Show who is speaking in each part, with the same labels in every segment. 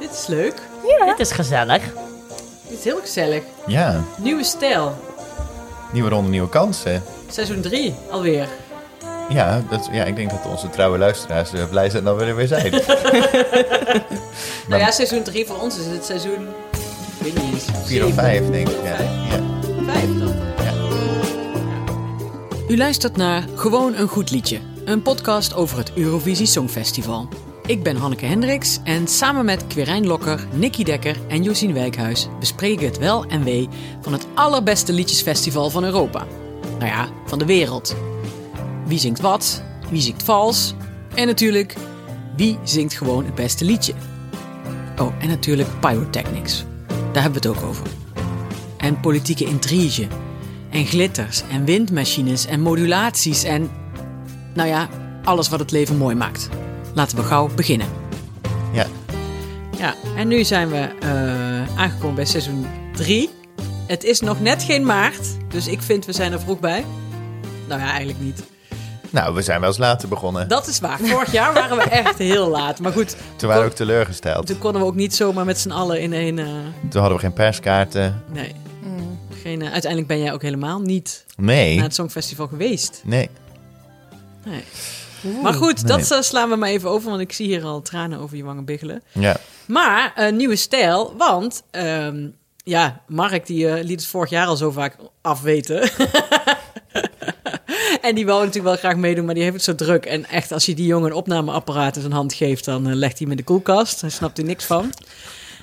Speaker 1: Dit is leuk.
Speaker 2: Dit is gezellig.
Speaker 1: Dit is heel gezellig.
Speaker 3: Ja,
Speaker 1: Nieuwe stijl.
Speaker 3: nieuwe ronde, nieuwe kansen.
Speaker 1: Seizoen 3 alweer. Nou
Speaker 3: Ja, dat, ja, ik denk dat onze trouwe luisteraars eh, blij zijn dat we er weer zijn.
Speaker 1: Nou ja, seizoen 3 voor ons is het seizoen... Ik weet niet eens.
Speaker 3: Vier of
Speaker 1: zeven,
Speaker 3: vijf, denk ik. Ja, ja.
Speaker 1: Vijf dan.
Speaker 4: U luistert naar Gewoon een goed liedje, een podcast over het Eurovisie Songfestival. Ik ben Hanneke Hendricks en samen met Quirijn Lokker, Nicky Dekker en Josien Wijkhuis bespreken we het wel en wee van het allerbeste liedjesfestival van Europa. Nou ja, van de wereld. Wie zingt wat? Wie zingt vals? En natuurlijk, wie zingt gewoon het beste liedje? Oh, en natuurlijk pyrotechnics. Daar hebben we het ook over en politieke intrige. En glitters en windmachines en modulaties en. Nou ja, alles wat het leven mooi maakt. Laten we gauw beginnen.
Speaker 3: ja.
Speaker 4: Ja, en nu zijn we eh, aangekomen bij seizoen 3. Het is nog net geen maart, dus ik vind we zijn er vroeg bij. Nou ja, eigenlijk niet.
Speaker 3: Nou, we zijn wel eens later begonnen.
Speaker 4: Dat is waar. Vorig jaar waren we echt heel laat. Maar goed,
Speaker 3: Toen waren we ook teleurgesteld.
Speaker 4: toen konden we ook niet zomaar met z'n allen in één. eh,
Speaker 3: Toen hadden we geen perskaarten.
Speaker 4: nee. Geen, eh, uiteindelijk ben jij ook helemaal niet naar
Speaker 3: Nee.
Speaker 4: het Songfestival geweest.
Speaker 3: Nee.
Speaker 4: Nee. maar goed,
Speaker 3: Nee.
Speaker 4: dat eh, slaan we maar even over, want ik zie hier al tranen over je wangen biggelen.
Speaker 3: Ja.
Speaker 4: Maar eh, nieuwe stijl, want ehm, ja, Mark die eh, liet het vorig jaar al zo vaak afweten. en die wil natuurlijk wel graag meedoen, maar die heeft het zo druk. En echt, als je die jongen een opnameapparaat in zijn hand geeft, dan eh, legt hij hem in de koelkast. Daar snapt hij niks van.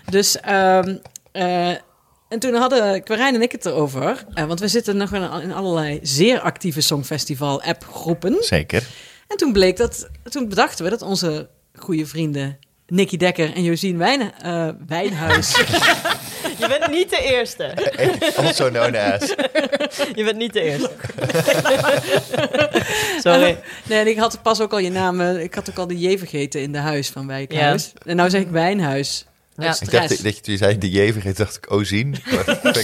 Speaker 4: Dus, ehm, eh, en toen hadden Quarijn en ik het erover. eh, want we zitten nog in, in allerlei zeer actieve Songfestival-app-groepen.
Speaker 3: Zeker.
Speaker 4: En toen bleek dat, toen bedachten we dat onze goede vrienden Nicky Dekker en Josien Wijn, eh, Wijnhuis.
Speaker 2: Je bent niet de eerste.
Speaker 3: Also known as.
Speaker 2: Je bent niet de eerste. Sorry.
Speaker 4: nee, en ik had pas ook al je naam, eh, ik had ook al de J vergeten in de huis van Wijkhuis. En nou zeg ik Wijnhuis.
Speaker 2: Ja.
Speaker 4: Ja.
Speaker 3: Ik dacht dat je toen je zei de J vergeet, dacht ik oh, Ozien. Een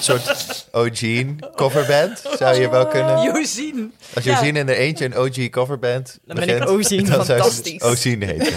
Speaker 3: soort Ozien coverband zou je wel kunnen.
Speaker 4: Josien.
Speaker 3: Als Ozien in er eentje een OG coverband
Speaker 2: Dan ben ik
Speaker 3: begint,
Speaker 2: Ozien,
Speaker 3: dan zou ze
Speaker 2: fantastisch.
Speaker 3: Ozien heten.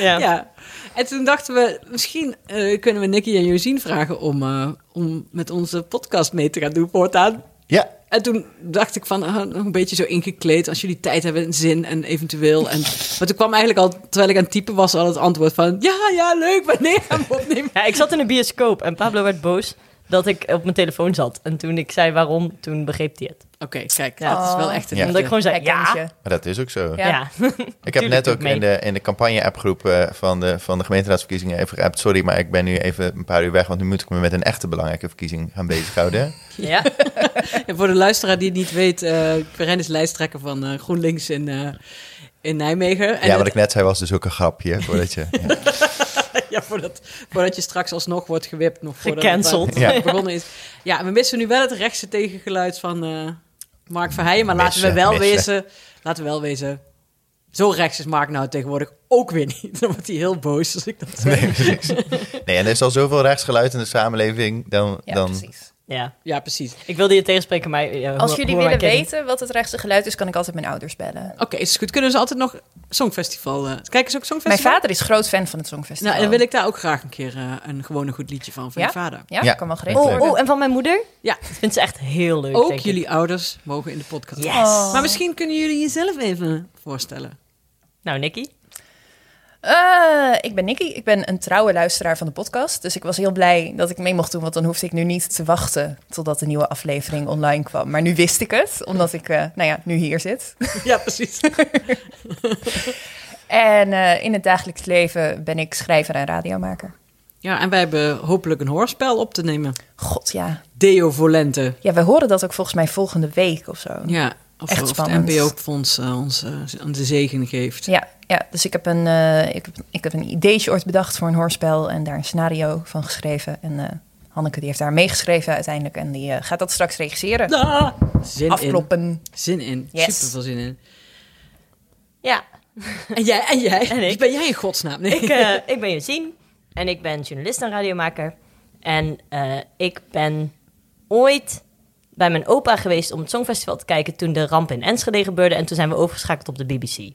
Speaker 2: Ja.
Speaker 4: Ja. En toen dachten we, misschien eh, kunnen we Nicky en Josien vragen om, eh, om met onze podcast mee te gaan doen voortaan.
Speaker 3: Ja,
Speaker 4: En toen dacht ik van, ah, nog een beetje zo ingekleed. Als jullie tijd hebben en zin en eventueel. En, maar toen kwam eigenlijk al, terwijl ik aan het typen was, al het antwoord van... Ja, ja, leuk, wanneer gaan we opnemen?
Speaker 2: Ja, ik zat in de bioscoop en Pablo werd boos dat ik op mijn telefoon zat. En toen ik zei waarom, toen begreep hij het.
Speaker 4: Oké, kijk,
Speaker 2: Ja.
Speaker 4: dat is wel echt een
Speaker 3: Ja.
Speaker 2: Omdat ik
Speaker 4: echte.
Speaker 2: gewoon zei, ja.
Speaker 5: Herkentje.
Speaker 3: maar dat is ook zo.
Speaker 5: Ja.
Speaker 2: Ja.
Speaker 3: Ik heb
Speaker 2: Tuurlijk
Speaker 3: net
Speaker 2: doe
Speaker 3: ook
Speaker 2: ik mee.
Speaker 3: in de, in de campagne-appgroep eh, van de, van de gemeenteraadsverkiezingen even geappt. Sorry, maar ik ben nu even een paar uur weg, want nu moet ik me met een echte belangrijke verkiezing gaan bezighouden.
Speaker 2: Ja.
Speaker 4: En voor de luisteraar die het niet weet... eh Quirijn is lijsttrekker van eh, GroenLinks in, eh, in Nijmegen. En
Speaker 3: ja, wat
Speaker 4: het-
Speaker 3: ik net zei was dus ook een grapje. Voordat je, ja.
Speaker 4: ja, voordat, voordat je straks alsnog wordt gewipt. Nog voordat
Speaker 2: Gecanceld.
Speaker 4: Het, eh, begonnen is. Ja, en we missen nu wel het rechtse tegengeluid van eh, Mark Verheijen. Maar laten we
Speaker 3: Missen,
Speaker 4: wel
Speaker 3: missen.
Speaker 4: wezen... Laten we wel wezen... Zo rechts is Mark nou tegenwoordig ook weer niet. Dan wordt hij heel boos als ik dat zeg.
Speaker 3: Nee, precies. Nee, en er is al zoveel rechtsgeluid in de samenleving. Dan,
Speaker 5: Ja,
Speaker 3: dan,
Speaker 5: precies.
Speaker 2: ja.
Speaker 4: Ja, precies.
Speaker 2: Ik wilde je tegenspreken, maar... eh, hoe-
Speaker 5: Als
Speaker 2: hoe-
Speaker 5: jullie willen
Speaker 2: maar ik-
Speaker 5: weten wat het rechtste geluid is, kan ik altijd mijn ouders bellen.
Speaker 4: Oké, is goed. Kunnen ze altijd nog Songfestival... eh kijken ze ook
Speaker 5: Mijn
Speaker 4: Songfestival?
Speaker 5: vader is groot fan van het Songfestival.
Speaker 4: Nou, en dan wil ik daar ook graag een keer eh, een gewoon een goed liedje van, van
Speaker 5: Ja?
Speaker 4: je vader.
Speaker 5: Ja,
Speaker 3: Ja.
Speaker 5: kan wel
Speaker 3: Oh,
Speaker 5: geregeld
Speaker 2: Oh,
Speaker 5: worden.
Speaker 2: oh, en van mijn moeder?
Speaker 4: Ja.
Speaker 2: Dat vindt ze echt heel leuk,
Speaker 4: Ook
Speaker 2: denk ik.
Speaker 4: jullie ouders mogen in de podcast.
Speaker 2: Yes.
Speaker 4: Maar misschien kunnen jullie jezelf even voorstellen.
Speaker 2: Nou, Nicky.
Speaker 5: Eh, ik ben Nicky. Ik ben een trouwe luisteraar van de podcast. Dus ik was heel blij dat ik mee mocht doen. Want dan hoefde ik nu niet te wachten totdat de nieuwe aflevering online kwam. Maar nu wist ik het, omdat ik eh, nou ja, nu hier zit.
Speaker 2: Oh.
Speaker 4: Ja, precies.
Speaker 5: En eh, in het dagelijks leven ben ik schrijver en radiomaker.
Speaker 4: Ja, en wij hebben hopelijk een hoorspel op te nemen.
Speaker 5: God ja.
Speaker 4: Deo Volente.
Speaker 5: Ja, we horen dat ook volgens mij volgende week of zo.
Speaker 4: Ja, of,
Speaker 5: Echt
Speaker 4: of het
Speaker 5: spannend.
Speaker 4: NPO-fonds eh, ons eh, aan de zegen geeft.
Speaker 5: Ja, ja dus ik heb, een, eh, ik, heb, ik heb een ideetje ooit bedacht voor een hoorspel en daar een scenario van geschreven. En eh, Hanneke die heeft daar meegeschreven uiteindelijk en die eh, gaat dat straks regisseren.
Speaker 4: Ah, zin
Speaker 5: Afkloppen.
Speaker 4: in. Zin in.
Speaker 5: Yes.
Speaker 4: Super veel zin in.
Speaker 2: Ja.
Speaker 4: En jij, en jij.
Speaker 2: En ik.
Speaker 4: Dus Ben jij in godsnaam? Nee.
Speaker 2: Ik, eh, ik ben Josien en ik ben journalist en radiomaker. En eh, ik ben ooit bij mijn opa geweest om het Songfestival te kijken toen de ramp in Enschede gebeurde. En toen zijn we overgeschakeld op de BBC.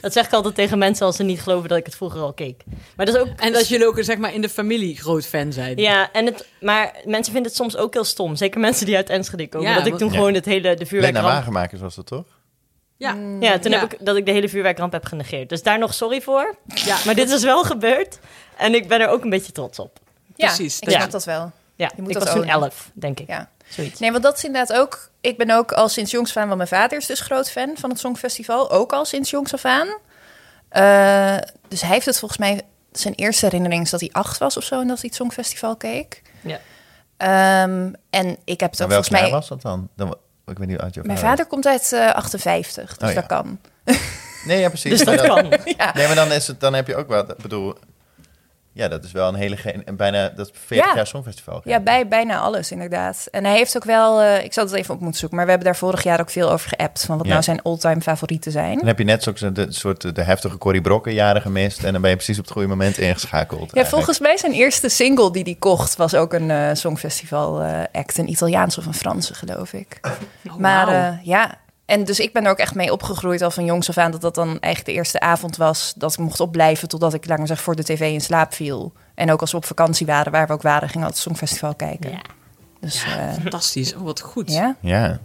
Speaker 2: Dat zeg ik altijd tegen mensen als ze niet geloven dat ik het vroeger al keek. Maar dat is ook...
Speaker 4: En dat jullie ook zeg maar, in de familie groot fan zijn.
Speaker 2: Ja, en het, maar mensen vinden het soms ook heel stom. Zeker mensen die uit Enschede komen.
Speaker 4: Ja,
Speaker 2: dat ik
Speaker 4: want-
Speaker 2: toen
Speaker 3: Ja.
Speaker 2: gewoon het hele de
Speaker 3: Lena
Speaker 2: vuurwerkramp...
Speaker 3: Wagenmakers was dat toch?
Speaker 4: ja.
Speaker 2: Ja, toen
Speaker 4: Ja.
Speaker 2: heb ik dat ik de hele vuurwerkramp heb genegeerd. Dus daar nog sorry voor.
Speaker 4: Ja.
Speaker 2: Maar dit is wel gebeurd. En ik ben er ook een beetje trots op.
Speaker 4: Precies, dus-
Speaker 5: Ja,
Speaker 4: dat
Speaker 5: ik snap
Speaker 2: je-
Speaker 5: dat wel.
Speaker 2: Ja,
Speaker 5: Je moet
Speaker 2: ik
Speaker 5: dat
Speaker 2: was toen
Speaker 5: ownen.
Speaker 2: elf, denk ik.
Speaker 5: Ja.
Speaker 2: Zoiets.
Speaker 5: Nee, want dat is inderdaad ook... Ik ben ook al sinds jongs af aan... Want mijn vader is dus groot fan van het Songfestival. Ook al sinds jongs af aan. Eh, dus hij heeft het volgens mij... Zijn eerste herinnering is dat hij acht was of zo... en dat hij het Songfestival keek.
Speaker 2: Ja.
Speaker 5: Ehm, en ik heb het ook
Speaker 3: En welk
Speaker 5: volgens
Speaker 3: jaar
Speaker 5: mij...
Speaker 3: was dat dan? dan? wa- Ik weet niet hoe oud je
Speaker 5: Mijn vader komt uit eh, 58, dus
Speaker 3: Oh, ja.
Speaker 5: dat kan.
Speaker 3: was. Nee, ja, precies.
Speaker 2: Dus
Speaker 3: Maar
Speaker 2: dat kan.
Speaker 5: Ja.
Speaker 3: Nee, maar dan, is het, dan heb je ook wel... Ik bedoel, ja, dat is wel een hele... ge- en Bijna, dat is 40
Speaker 5: Ja.
Speaker 3: jaar Songfestival.
Speaker 5: Ja, bij bijna alles inderdaad. En hij heeft ook wel, eh, ik zal het even op moeten zoeken, maar we hebben daar vorig jaar ook veel over geappt van wat
Speaker 3: Ja.
Speaker 5: nou zijn all-time favorieten zijn.
Speaker 3: Dan heb je net zo'n soort- de, soort eh, de heftige Corrie Brokken jaren gemist. En dan ben je precies op het goede moment ingeschakeld.
Speaker 5: Ja,
Speaker 3: eigenlijk.
Speaker 5: volgens mij zijn eerste single die hij kocht was ook een eh, songfestival eh, act, een Italiaans of een Franse geloof ik.
Speaker 4: Oh,
Speaker 5: maar
Speaker 4: wauw.
Speaker 5: eh, ja, en dus ik ben er ook echt mee opgegroeid al van jongs af aan dat dat dan eigenlijk de eerste avond was dat ik mocht opblijven totdat ik langer zeg voor de tv in slaap viel. En ook als we op vakantie waren, waar we ook waren, gingen we altijd songfestival kijken.
Speaker 2: Ja.
Speaker 5: Dus eh,
Speaker 4: Ja, fantastisch. Oh, wat goed.
Speaker 5: ja.
Speaker 3: Ja.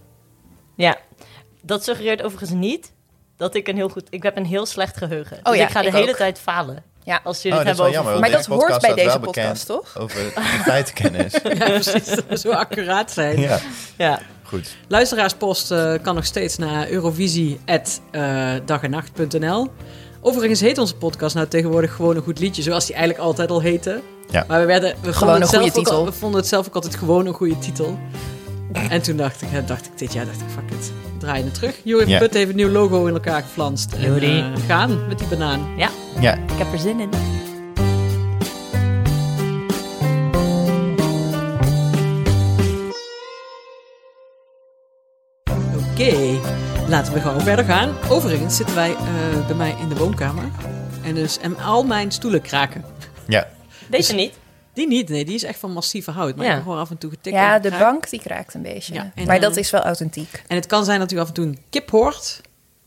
Speaker 2: ja. Dat suggereert overigens niet dat ik een heel goed... Ik heb een heel slecht geheugen.
Speaker 5: Oh
Speaker 2: dus
Speaker 5: ja,
Speaker 2: ik ga de
Speaker 5: ik
Speaker 2: hele
Speaker 5: ook.
Speaker 2: tijd falen.
Speaker 5: Ja.
Speaker 2: Als
Speaker 3: Oh,
Speaker 2: jullie
Speaker 3: dat
Speaker 2: het
Speaker 3: is wel
Speaker 2: hebben
Speaker 3: jammer.
Speaker 2: over...
Speaker 5: Maar
Speaker 3: want
Speaker 5: dat
Speaker 3: deze
Speaker 5: hoort bij
Speaker 3: staat
Speaker 5: deze
Speaker 3: wel bekend
Speaker 5: podcast, toch?
Speaker 3: Over feitenkennis.
Speaker 4: Ja, precies. Dat we zo accuraat zijn.
Speaker 3: ja,
Speaker 2: Ja.
Speaker 3: goed.
Speaker 4: Luisteraarspost eh, kan nog steeds naar eh, eurovisie.dagennacht.nl. Overigens heet onze podcast nou tegenwoordig gewoon een goed liedje, zoals die eigenlijk altijd al heette.
Speaker 3: Ja.
Speaker 4: Maar we, werden, we,
Speaker 5: Gewoon
Speaker 4: vonden
Speaker 5: een
Speaker 4: het zelf
Speaker 5: goede
Speaker 4: ook al-
Speaker 5: titel.
Speaker 4: we vonden het zelf ook altijd gewoon een goede titel. En toen dacht ik, hè, dacht ik dit jaar, dacht ik, fuck it, we draaien het terug. Jury
Speaker 3: Ja.
Speaker 4: Put heeft een nieuw logo in elkaar geflanst. En
Speaker 2: Joeri.
Speaker 4: eh, gaan met die banaan.
Speaker 2: ja,
Speaker 3: Ja,
Speaker 2: ik heb er zin in.
Speaker 4: Oké, laten we gewoon verder gaan. Overigens zitten wij eh, bij mij in de woonkamer. En, dus, en al mijn stoelen kraken.
Speaker 3: ja.
Speaker 2: Deze niet.
Speaker 4: Die niet, nee, die is echt van massieve hout. Maar
Speaker 2: Ja.
Speaker 4: ik hoor af en toe getikken.
Speaker 5: Ja, de
Speaker 4: bank.
Speaker 5: bank die kraakt een beetje.
Speaker 4: Ja, en,
Speaker 5: maar
Speaker 4: eh,
Speaker 5: dat is wel authentiek.
Speaker 4: En het kan zijn dat u af en toe een kip hoort.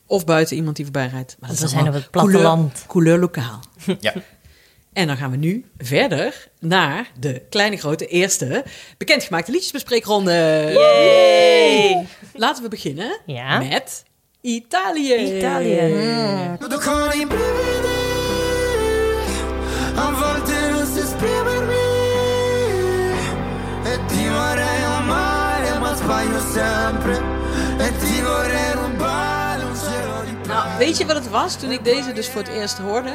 Speaker 4: Of buiten iemand die voorbij rijdt. Maar dat
Speaker 2: Want we
Speaker 4: is
Speaker 2: zijn
Speaker 4: allemaal
Speaker 2: op het platteland.
Speaker 4: Couleur, couleur lokaal.
Speaker 3: ja.
Speaker 4: En dan gaan we nu verder naar de kleine grote eerste bekendgemaakte liedjesbespreekronde.
Speaker 2: Yay!
Speaker 4: Laten we beginnen
Speaker 2: Ja.
Speaker 4: met Italië.
Speaker 2: Italië.
Speaker 6: Tutto con i brividi, a volte non so esprimermi E ti vorrei amare ma sbaglio sempre E ti vorrei rubare un cielo di
Speaker 4: Nou, weet je wat het was toen ik deze dus voor het eerst hoorde?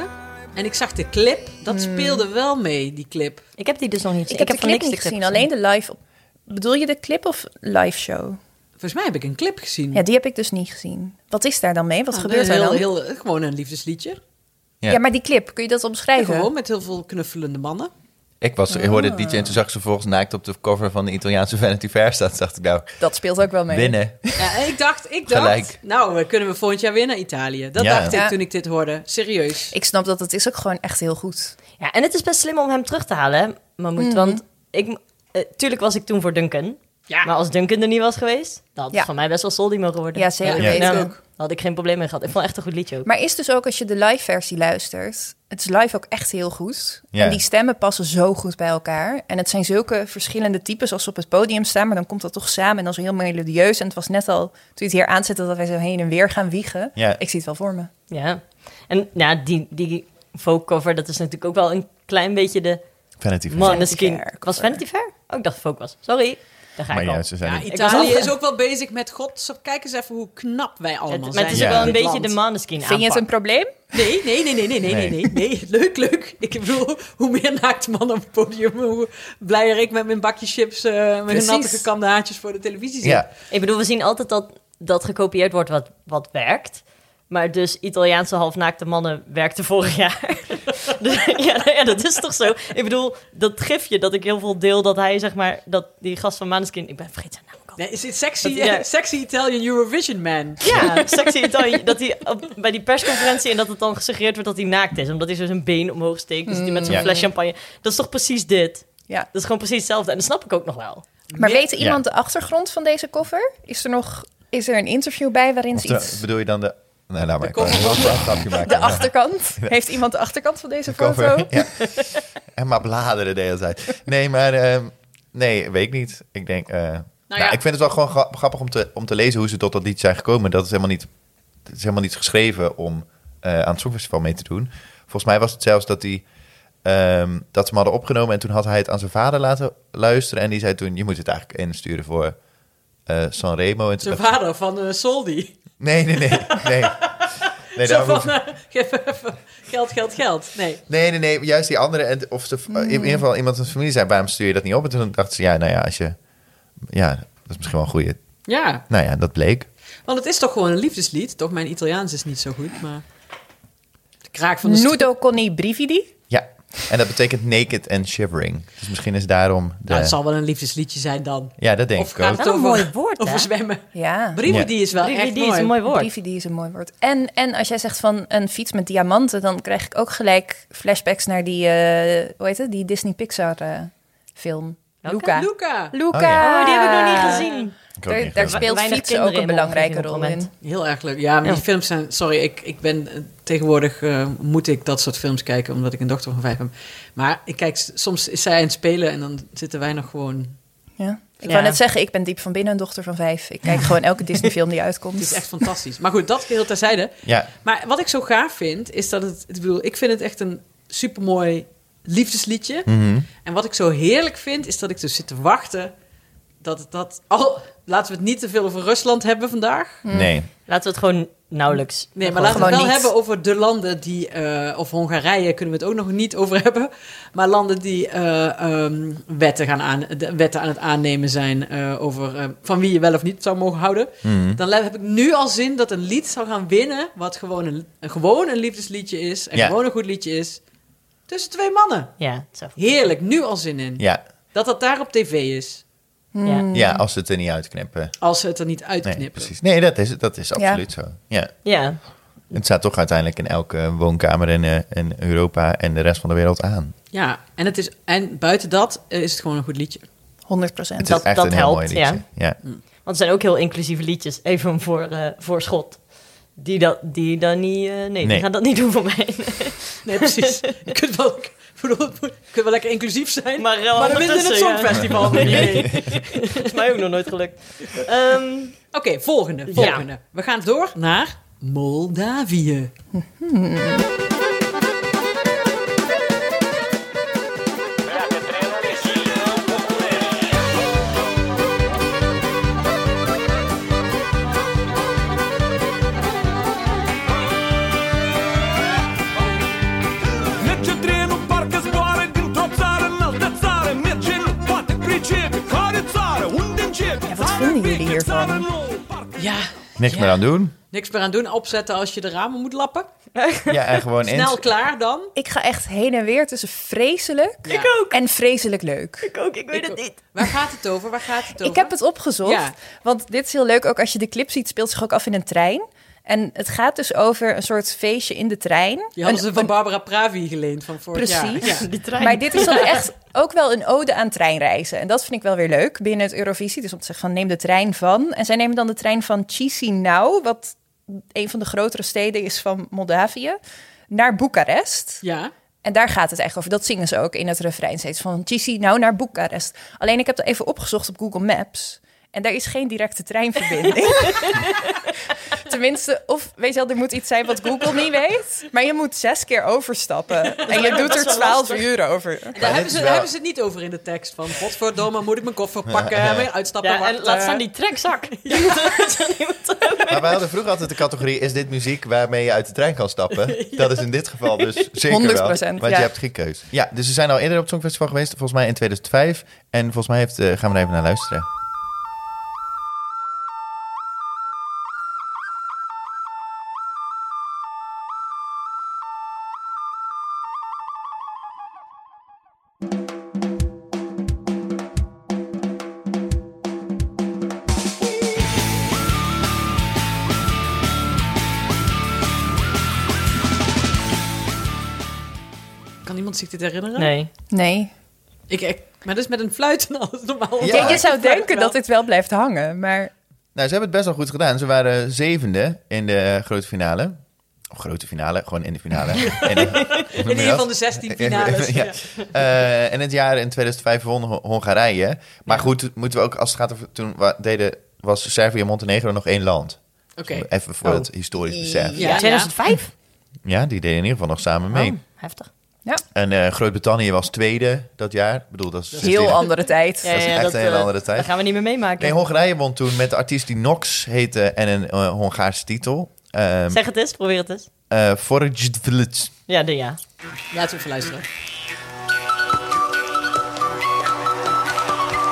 Speaker 4: En ik zag de clip. Dat
Speaker 2: Hmm.
Speaker 4: speelde wel mee, die clip.
Speaker 2: Ik heb die dus nog niet
Speaker 5: Ik,
Speaker 2: gezien.
Speaker 5: heb de
Speaker 2: van
Speaker 5: clip
Speaker 2: niks
Speaker 5: niet gezien,
Speaker 2: gezien.
Speaker 5: alleen de live. Op... Bedoel je de clip of live show?
Speaker 4: Volgens mij heb ik een clip gezien.
Speaker 5: Ja, die heb ik dus niet gezien. Wat is daar dan mee? Wat
Speaker 4: Nou,
Speaker 5: gebeurt er
Speaker 4: Hm. heel,
Speaker 5: dan?
Speaker 4: Heel, gewoon een liefdesliedje.
Speaker 5: Ja. maar die clip, kun je dat omschrijven?
Speaker 4: Gewoon met heel veel knuffelende mannen.
Speaker 3: Ik, was, ik hoorde het liedje en toen zag ik ze vervolgens naakt op de cover van de Italiaanse Vanity Fair staan. Toen dacht ik nou,
Speaker 5: Dat speelt ook wel mee.
Speaker 3: winnen.
Speaker 4: Ja, ik dacht, ik dacht,
Speaker 3: Gelijk.
Speaker 4: nou, we kunnen we volgend jaar weer naar Italië. Dat
Speaker 3: Ja.
Speaker 4: dacht ik
Speaker 5: Ja.
Speaker 4: toen ik dit hoorde. Serieus.
Speaker 5: Ik snap dat, het is ook gewoon echt heel goed.
Speaker 2: Ja, en het is best slim om hem terug te halen, hè, Mahmoud.
Speaker 5: Mhm.
Speaker 2: Want ik, eh, tuurlijk was ik toen voor Duncan.
Speaker 4: Ja.
Speaker 2: Maar als Duncan er niet was geweest, dan had het
Speaker 5: Ja.
Speaker 2: van mij best wel Soldimo geworden.
Speaker 5: Ja, zeker
Speaker 3: Ja.
Speaker 2: Nou,
Speaker 5: weten.
Speaker 2: daar had ik geen probleem mee gehad. Ik vond het echt een goed liedje ook.
Speaker 5: Maar is dus ook als je de live versie luistert, het is live ook echt heel goed.
Speaker 3: Ja.
Speaker 5: En die stemmen passen zo goed bij elkaar. En het zijn zulke verschillende types als ze op het podium staan, maar dan komt dat toch samen en dan is het heel melodieus. En het was net al, toen je het hier aanzette, dat wij zo heen en weer gaan wiegen.
Speaker 3: Ja.
Speaker 5: Ik zie het wel voor me.
Speaker 2: Ja. En ja, die, die folk cover, dat is natuurlijk ook wel een klein beetje de...
Speaker 3: Vanity Fair.
Speaker 2: Man, misschien...
Speaker 5: Fair
Speaker 2: Was Vanity Fair? Oh, ik dacht folk was. Sorry, daar ga
Speaker 3: Maar
Speaker 2: ik al.
Speaker 3: ja, ze zijn
Speaker 4: Ja,
Speaker 3: niet-
Speaker 2: was
Speaker 4: Italië
Speaker 2: al-
Speaker 4: is ook wel bezig met God. zo- Kijk eens even hoe knap wij allemaal
Speaker 2: het, maar
Speaker 4: zijn.
Speaker 2: het is
Speaker 3: Ja.
Speaker 2: ook wel een
Speaker 4: in dit
Speaker 2: beetje de
Speaker 4: land.
Speaker 2: Maneskin
Speaker 5: Vind je het een probleem?
Speaker 4: Nee, nee, nee, nee, nee, nee, nee, nee, nee. Leuk, leuk. Ik bedoel, hoe meer naakt mannen op het podium, hoe blijer ik met mijn bakje chips, eh, mijn
Speaker 5: Precies.
Speaker 4: natte gekamde haartjes voor de televisie zit.
Speaker 3: Ja,
Speaker 2: Ik bedoel, we zien altijd dat, dat gekopieerd wordt wat, wat werkt. Maar dus Italiaanse halfnaakte mannen werkte vorig jaar. Dus ja, nou ja, dat is toch zo. Ik bedoel, dat gifje dat ik heel veel deel, dat hij zeg maar, dat die gast van Maneskin, ik ben vergeten zijn naam ook al.
Speaker 4: Nee, is dit sexy,
Speaker 2: Dat- ja.
Speaker 4: sexy Italian Eurovision man?
Speaker 2: Ja, sexy Italië. Dat hij op- bij die persconferentie en dat het dan gesuggereerd wordt dat hij naakt is. Omdat hij zo zijn been omhoog steekt. Dus die met zo'n
Speaker 3: Mm. Ja.
Speaker 2: fles champagne. Dat is toch precies dit?
Speaker 5: Ja.
Speaker 2: Dat is gewoon precies hetzelfde. En dat snap ik ook nog wel.
Speaker 5: Maar
Speaker 4: Meer-
Speaker 5: weet iemand de achtergrond van deze cover? Is er nog is er een interview bij waarin
Speaker 3: Of
Speaker 5: ze
Speaker 3: de-
Speaker 5: iets...
Speaker 3: bedoel je dan de Nee, laat maar. Ik
Speaker 5: De
Speaker 3: kan een heel flauw grapje maken.
Speaker 5: De
Speaker 3: Ja.
Speaker 5: achterkant. Heeft iemand de achterkant van deze
Speaker 3: De cover,
Speaker 5: foto?
Speaker 3: ja. En maar bladeren de hele tijd. Nee, maar... ehm, nee, weet ik niet. Ik denk... eh, nou
Speaker 4: ja.
Speaker 3: Ik vind het wel gewoon gra- grappig om te, om te lezen hoe ze tot dat lied zijn gekomen. Dat is helemaal niet, het is helemaal niet geschreven om eh, aan het Songfestival mee te doen. Volgens mij was het zelfs dat hij... ehm, dat ze hem hadden opgenomen en toen had hij het aan zijn vader laten luisteren. En die zei toen, je moet het eigenlijk insturen voor eh Sanremo. En toen
Speaker 4: Zijn
Speaker 3: dacht-
Speaker 4: vader van eh, Soldi.
Speaker 3: Nee, nee, nee. Nee, nee,
Speaker 4: Zo
Speaker 3: daar
Speaker 4: van,
Speaker 3: hoef-
Speaker 4: eh, geef even geld, geld, geld. Nee.
Speaker 3: nee, nee, nee. Juist die andere. En of ze, in ieder geval iemand van zijn familie zei, waarom stuur je dat niet op? En toen dacht ze, ja, nou ja, als je... Ja, dat is misschien wel een goede...
Speaker 4: Ja,
Speaker 3: Nou ja, dat bleek.
Speaker 4: want het is toch gewoon een liefdeslied. Toch, mijn Italiaans is niet zo goed, maar... De kraak van de stro-
Speaker 5: Nudo Connie Brividi.
Speaker 3: Ja. En dat betekent naked and shivering. Dus misschien is daarom de...
Speaker 4: Nou, het zal wel een liefdesliedje zijn dan.
Speaker 3: Ja, dat denk
Speaker 4: Of
Speaker 3: ik
Speaker 4: gaat
Speaker 3: ook.
Speaker 4: het
Speaker 2: Wel
Speaker 4: over,
Speaker 2: een mooi woord, hè?
Speaker 4: over zwemmen?
Speaker 5: Ja.
Speaker 4: Brieven,
Speaker 3: Ja.
Speaker 4: die is wel echt
Speaker 2: Brividi
Speaker 4: mooi.
Speaker 2: is een mooi woord.
Speaker 5: Brividi is een mooi woord. En, en als jij zegt van een fiets met diamanten, dan krijg ik ook gelijk flashbacks naar die, eh, hoe heet het, die Disney Pixar eh, film.
Speaker 2: Welke?
Speaker 5: Luca.
Speaker 4: Luca.
Speaker 5: Luca.
Speaker 3: Oh ja.
Speaker 2: Oh, die heb ik nog
Speaker 4: Ah.
Speaker 2: niet gezien.
Speaker 3: Ik ook
Speaker 5: Daar,
Speaker 3: niet
Speaker 5: daar
Speaker 3: goed.
Speaker 5: speelt
Speaker 2: Weinig
Speaker 5: fietsen ook
Speaker 2: kinderen in
Speaker 5: een belangrijke
Speaker 2: op een
Speaker 5: rol
Speaker 2: gegeven
Speaker 5: in.
Speaker 2: moment.
Speaker 4: Heel erg leuk. Ja, maar die
Speaker 2: Ja.
Speaker 4: films zijn... Sorry, ik, ik ben eh, tegenwoordig... eh, moet ik dat soort films kijken, omdat ik een dochter van vijf heb. Maar ik kijk, s- soms is zij aan het spelen en dan zitten wij nog gewoon...
Speaker 5: Ja. Ik
Speaker 2: Ja.
Speaker 5: wou net zeggen, ik ben diep van binnen een dochter van vijf. Ik kijk gewoon elke Disney film die uitkomt.
Speaker 4: Het is echt fantastisch. Maar goed, dat geheel terzijde.
Speaker 3: Ja.
Speaker 4: Maar wat ik zo gaaf vind, is dat het... Ik bedoel, ik vind het echt een supermooi liefdesliedje.
Speaker 3: Mhm.
Speaker 4: En wat ik zo heerlijk vind, is dat ik dus zit te wachten... dat het dat... Oh, laten we het niet te veel over Rusland hebben vandaag.
Speaker 3: Nee.
Speaker 2: Laten we het gewoon nauwelijks.
Speaker 4: Nee, maar laten
Speaker 2: gewoon-
Speaker 4: we het wel
Speaker 5: Gewoon niet.
Speaker 4: hebben over de landen die, eh, of Hongarije kunnen we het ook nog niet over hebben, maar landen die eh, ehm, wetten, gaan aan, de- wetten aan het aannemen zijn eh, over eh, van wie je wel of niet zou mogen houden.
Speaker 3: Mhm.
Speaker 4: Dan le- heb ik nu al zin dat een lied zou gaan winnen, wat gewoon een, een- gewoon een liefdesliedje is en
Speaker 3: Ja.
Speaker 4: gewoon een goed liedje is, tussen twee mannen.
Speaker 2: Ja, zo.
Speaker 4: Heerlijk, nu al zin in.
Speaker 3: Ja.
Speaker 4: Dat dat daar op tv is, Mm.
Speaker 2: Ja.
Speaker 3: ja, als ze het er niet uitknippen.
Speaker 4: als ze het er niet
Speaker 3: Nee,
Speaker 4: Hmm. uitknippen.
Speaker 3: precies. Nee, dat is, dat is absoluut zo. Ja.
Speaker 2: ja.
Speaker 3: Het staat toch uiteindelijk in elke woonkamer in, eh, in Europa en de rest van de wereld aan.
Speaker 4: Ja, en, het is, en buiten dat eh, is het gewoon een goed liedje.
Speaker 5: 100
Speaker 3: Het
Speaker 5: procent.
Speaker 2: Dat-
Speaker 3: is echt
Speaker 2: dat
Speaker 3: een heel mooi
Speaker 2: helpt,
Speaker 3: liedje. Ja.
Speaker 2: Want het zijn ook heel inclusieve liedjes. Even een voor, eh voorschot. Die dat, die dan niet... eh, nee, die
Speaker 3: Nee.
Speaker 2: gaan dat niet doen voor mij.
Speaker 4: Nee, precies. je, kunt wel, ik bedoel, je kunt wel lekker inclusief zijn, maar,
Speaker 2: maar eh,
Speaker 4: dan winnen het
Speaker 2: ondertussen, ja.
Speaker 4: Songfestival. Nee. Oké,
Speaker 2: is mij ook nog nooit gelukt. Ehm,
Speaker 4: volgende.
Speaker 2: Ja.
Speaker 4: volgende. We gaan door naar Moldavië.
Speaker 7: Merge trenul, parcă zboară Dintr-o țară în altă țară Merge, nu poate pricepe Care țară? Unde începe?
Speaker 5: wat
Speaker 7: Țară
Speaker 5: vinden jullie
Speaker 7: mică,
Speaker 5: hiervan?
Speaker 7: țară nouă Parcă
Speaker 4: Ja,
Speaker 3: Niks
Speaker 4: Ja.
Speaker 3: meer aan doen.
Speaker 4: niks meer aan doen. Opzetten als je de ramen moet lappen.
Speaker 3: Ja, en gewoon in.
Speaker 4: Snel klaar dan.
Speaker 5: Ik ga echt heen en weer tussen vreselijk
Speaker 4: Ik
Speaker 2: ook.
Speaker 5: en vreselijk leuk.
Speaker 2: ik ook, ik weet het niet.
Speaker 4: Waar gaat het over? Waar gaat het over?
Speaker 5: Ik heb het opgezocht,
Speaker 4: Ja.
Speaker 5: want dit is heel leuk. Ook als je de clip ziet, speelt zich ook af in een trein. En het gaat dus over een soort feestje in de trein.
Speaker 4: Die hadden
Speaker 5: Een-
Speaker 4: ze van Barbara Pravi geleend van vorig jaar.
Speaker 5: Precies.
Speaker 4: Ja.
Speaker 2: Die trein.
Speaker 5: Maar dit is dan echt ook wel een ode aan treinreizen. En dat vind ik wel weer leuk binnen het Eurovisie. Dus om te zeggen van neem de trein van. En zij nemen dan de trein van Chisinau, wat een van de grotere steden is van Moldavië, naar Boekarest.
Speaker 4: Ja.
Speaker 5: En daar gaat het eigenlijk over. Dat zingen ze ook in het refrein steeds van Chisinau naar Boekarest. Alleen ik heb dat even opgezocht op Google Maps. En daar is geen directe treinverbinding. Tenminste, of weet je wel, er moet iets zijn wat Google niet weet. Maar je moet zes keer overstappen. En je doet er twaalf uur over.
Speaker 4: Daar hebben
Speaker 3: is
Speaker 4: ze,
Speaker 3: wel-
Speaker 4: daar hebben ze het niet over in de tekst. Van godverdomme, moet ik mijn koffer pakken? mijn Uitstappen,
Speaker 2: ja, en
Speaker 4: wachten.
Speaker 2: laat staan die trekzak. eh, Ja.
Speaker 3: Maar wij hadden vroeger altijd de categorie: is dit muziek waarmee je uit de trein kan stappen? Dat is in dit geval dus zeker
Speaker 5: 100%,
Speaker 3: wel. Want
Speaker 5: ja.
Speaker 3: je hebt geen keus. Ja, dus we zijn al eerder op het Songfestival geweest, volgens mij in 2005. En volgens mij heeft, eh, gaan we er even naar luisteren.
Speaker 4: Kan iemand zich dit herinneren?
Speaker 2: Nee.
Speaker 5: Nee.
Speaker 4: Ik, ik- maar dat is met een fluit en alles normaal.
Speaker 3: Ja.
Speaker 5: je zou denken dat dit wel blijft hangen, maar
Speaker 3: Nou, ze hebben het best wel goed gedaan. Ze waren zevende in de eh, grote finale. Of grote finale, gewoon in de finale. in
Speaker 4: In ieder van de 16 finales.
Speaker 3: Ja. Eh, en het jaar in 2005 won Ho- Hongarije. Maar goed, moeten we ook, als het gaat over... Toen wa- deden, was Servië en Montenegro nog één land.
Speaker 8: Oké.
Speaker 3: Even voor
Speaker 8: Oh.
Speaker 3: het historisch besef.
Speaker 8: Ja, ja.
Speaker 2: 2005?
Speaker 3: Ja, die deden in ieder geval nog samen mee.
Speaker 2: Oh, heftig.
Speaker 3: En eh, Groot-Brittannië was tweede dat jaar. Ik bedoel, dat is
Speaker 5: Heel
Speaker 3: 16
Speaker 5: andere tijd.
Speaker 3: is echt een hele
Speaker 2: eh,
Speaker 3: andere tijd.
Speaker 2: Dat gaan we niet meer meemaken.
Speaker 3: Nee, Hongarije won toen met de artiest die Nox heette en een eh, Hongaarse titel. Ehm
Speaker 2: zeg het eens, probeer het eens.
Speaker 3: eh, Forgedvlits.
Speaker 2: Ja, de, ja.
Speaker 8: Laten we even luisteren.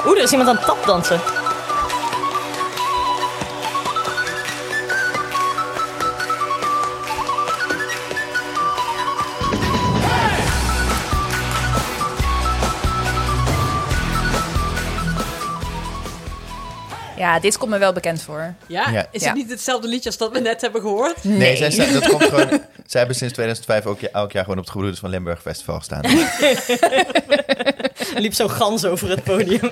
Speaker 2: Oeh, er is iemand aan het tapdansen.
Speaker 5: Ja, dit komt me wel bekend voor.
Speaker 8: Ja?
Speaker 3: Ja.
Speaker 8: Is
Speaker 5: Ja.
Speaker 8: het niet hetzelfde liedje als dat we net hebben gehoord?
Speaker 3: Nee, zij, zij- dat komt gewoon, zij hebben sinds 2005 ook ja- elk jaar gewoon op het Gebroeders van Limburg Festival gestaan.
Speaker 2: Er liep zo'n gans over het podium.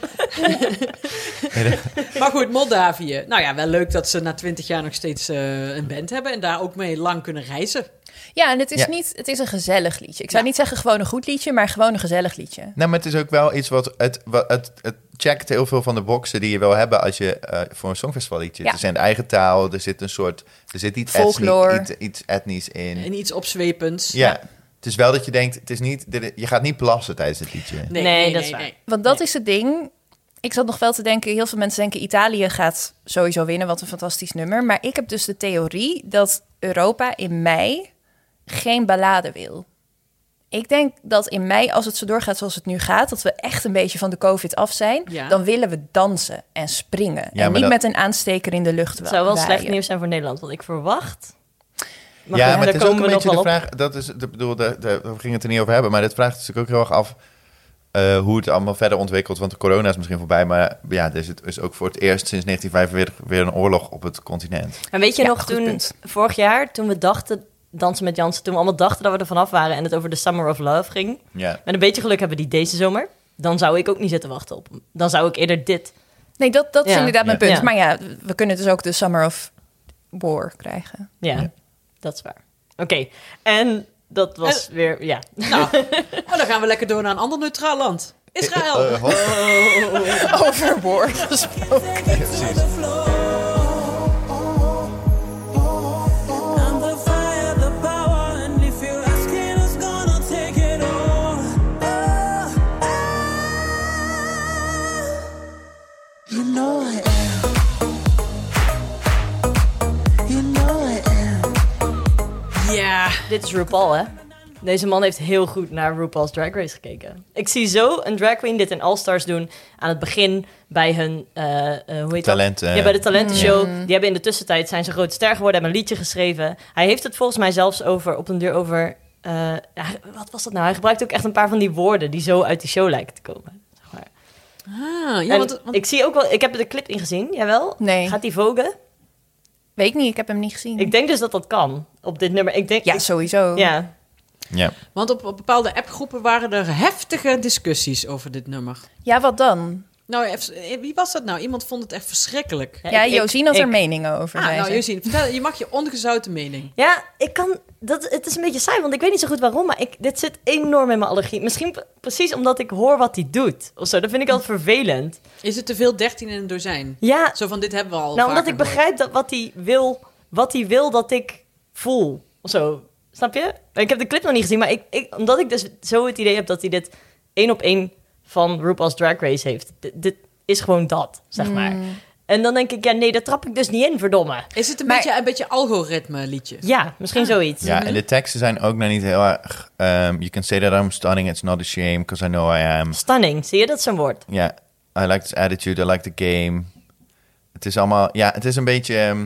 Speaker 8: Maar goed, Moldavië. Nou ja, wel leuk dat ze na 20 jaar nog steeds eh, een band hebben en daar ook mee lang kunnen reizen.
Speaker 5: Ja, en het is,
Speaker 3: Ja.
Speaker 5: Niet, het is een gezellig liedje. Ik zou niet zeggen gewoon een goed liedje, maar gewoon een gezellig liedje.
Speaker 3: nou, maar het is ook wel iets wat het, wat het, het checkt heel veel van de boxen die je wil hebben als je eh, voor een songfestival liedje.
Speaker 5: Ja.
Speaker 3: Er zijn eigen taal, er zit een soort, er zit iets,
Speaker 5: Folklore.
Speaker 3: Etnisch, iets, iets etnisch in.
Speaker 8: En iets opzwepends.
Speaker 3: ja. het is wel dat je denkt, het is niet, dit- je gaat niet plassen tijdens het liedje.
Speaker 8: Nee,
Speaker 2: Nee,
Speaker 8: nee,
Speaker 2: dat
Speaker 8: nee,
Speaker 2: is waar.
Speaker 8: nee.
Speaker 5: Want dat is het ding. Ik zat nog wel te denken, heel veel mensen denken Italië gaat sowieso winnen, wat een fantastisch nummer. Maar ik heb dus de theorie dat Europa in mei geen ballade wil. Ik denk dat in mei, als het zo doorgaat zoals het nu gaat, dat we echt een beetje van de COVID af zijn.
Speaker 8: Ja.
Speaker 5: Dan willen we dansen en springen.
Speaker 3: maar
Speaker 5: en niet
Speaker 3: dat-
Speaker 5: met een aansteker in de lucht.
Speaker 2: Het zou wel
Speaker 5: waaien.
Speaker 2: slecht nieuws zijn voor Nederland, want ik verwacht... Maar
Speaker 3: ja,
Speaker 2: goed,
Speaker 3: maar
Speaker 2: daar
Speaker 3: het is ook
Speaker 2: komen
Speaker 3: een
Speaker 2: we nog
Speaker 3: beetje
Speaker 2: wel
Speaker 3: de
Speaker 2: op.
Speaker 3: vraag. Dat is, ik bedoel, de, de, we gingen het er niet over hebben, maar dat vraagt natuurlijk ook heel erg af eh, hoe het allemaal verder ontwikkelt. Want de corona is misschien voorbij, maar ja, er is, het, is ook voor het eerst sinds 1945 weer een oorlog op het continent.
Speaker 2: En weet je
Speaker 5: Ja,
Speaker 2: nog,
Speaker 5: goed
Speaker 2: toen
Speaker 5: punt.
Speaker 2: vorig jaar, toen we dachten, Dansen met Jansen, toen we allemaal dachten dat we er vanaf waren en het over de Summer of Love ging.
Speaker 3: Ja.
Speaker 2: Met een beetje geluk hebben we die deze zomer. Dan zou ik ook niet zitten wachten op. hem. Dan zou ik eerder dit.
Speaker 5: Nee, dat, dat is
Speaker 2: Ja.
Speaker 5: inderdaad mijn
Speaker 3: Ja.
Speaker 5: punt.
Speaker 2: Ja.
Speaker 5: Maar ja, we kunnen dus ook de Summer of War krijgen.
Speaker 2: Ja,
Speaker 3: Ja.
Speaker 2: dat is waar. Oké, en dat
Speaker 8: Eh.
Speaker 2: was weer, ja.
Speaker 8: Oh, dan gaan we lekker door naar een ander neutraal land. Israël.
Speaker 3: Eh, ho-
Speaker 5: Over war gesproken.
Speaker 6: You know I am. You know I am.
Speaker 8: Ja.
Speaker 2: Dit is RuPaul, hè? Deze man heeft heel goed naar RuPaul's Drag Race gekeken. Ik zie zo een drag queen dit in All Stars doen aan het begin bij hun eh, eh, hoe heet
Speaker 3: Talent,
Speaker 2: dat?
Speaker 3: eh.
Speaker 2: ja, bij de talentenshow.
Speaker 8: Mm.
Speaker 2: Die hebben in de tussentijd zijn ze grote ster geworden, hebben een liedje geschreven. Hij heeft het volgens mij zelfs over op een deur over. eh, hij- wat was dat nou? Hij gebruikt ook echt een paar van die woorden die zo uit die show lijken te komen. Zeg maar.
Speaker 8: Ah, ja
Speaker 2: En
Speaker 8: want, want-
Speaker 2: Ik zie ook wel. Ik heb de clip ingezien. Jawel.
Speaker 5: Nee.
Speaker 2: Gaat die vogen?
Speaker 5: Weet ik niet, ik heb hem niet gezien.
Speaker 2: Ik denk dus dat dat kan op dit nummer. Ik denk.
Speaker 5: ja,
Speaker 2: ik-
Speaker 5: sowieso.
Speaker 2: ja.
Speaker 3: ja.
Speaker 8: want op, op bepaalde appgroepen waren er heftige discussies over dit nummer.
Speaker 5: Ja, wat dan?
Speaker 8: Nou, eff- eh, wie was dat nou? Iemand vond het echt verschrikkelijk.
Speaker 5: Ja,
Speaker 2: ik-
Speaker 5: Josien had
Speaker 2: ik-
Speaker 5: er meningen over.
Speaker 8: Ah,
Speaker 5: zei
Speaker 8: nou,
Speaker 5: ze.
Speaker 8: Josien, vertel, je mag je ongezouten mening.
Speaker 2: Ja, ik kan. Dat, het is een beetje saai, want ik weet niet zo goed waarom. Maar ik, dit zit enorm in mijn allergie. Misschien p- precies omdat ik hoor wat hij doet. Of zo. Dat vind ik altijd vervelend.
Speaker 8: Is het te veel 13 in een dozijn?
Speaker 2: Ja,
Speaker 8: Zo van, dit hebben we al
Speaker 2: nou omdat
Speaker 8: vaker
Speaker 2: ik
Speaker 8: gehoord.
Speaker 2: begrijp dat wat hij wil, wat hij wil dat ik voel. Of zo. Snap je? Ik heb de clip nog niet gezien, maar ik, ik, omdat ik dus zo het idee heb dat hij dit één op één van RuPaul's Drag Race heeft. D- dit is gewoon dat, zeg maar. En dan denk ik, ja, nee, daar trap ik dus niet in, verdomme.
Speaker 8: Is het een,
Speaker 5: Maar-
Speaker 8: beetje, een beetje algoritme liedje?
Speaker 2: Ja, misschien zoiets.
Speaker 3: ja, en de teksten zijn ook nog niet heel erg. ehm you can say that I'm stunning, it's not a shame, because I know I am.
Speaker 2: Stunning, zie je? Dat is een woord.
Speaker 3: Ja, I like this attitude, I like the game. Het is allemaal, ja, het is een beetje. ehm,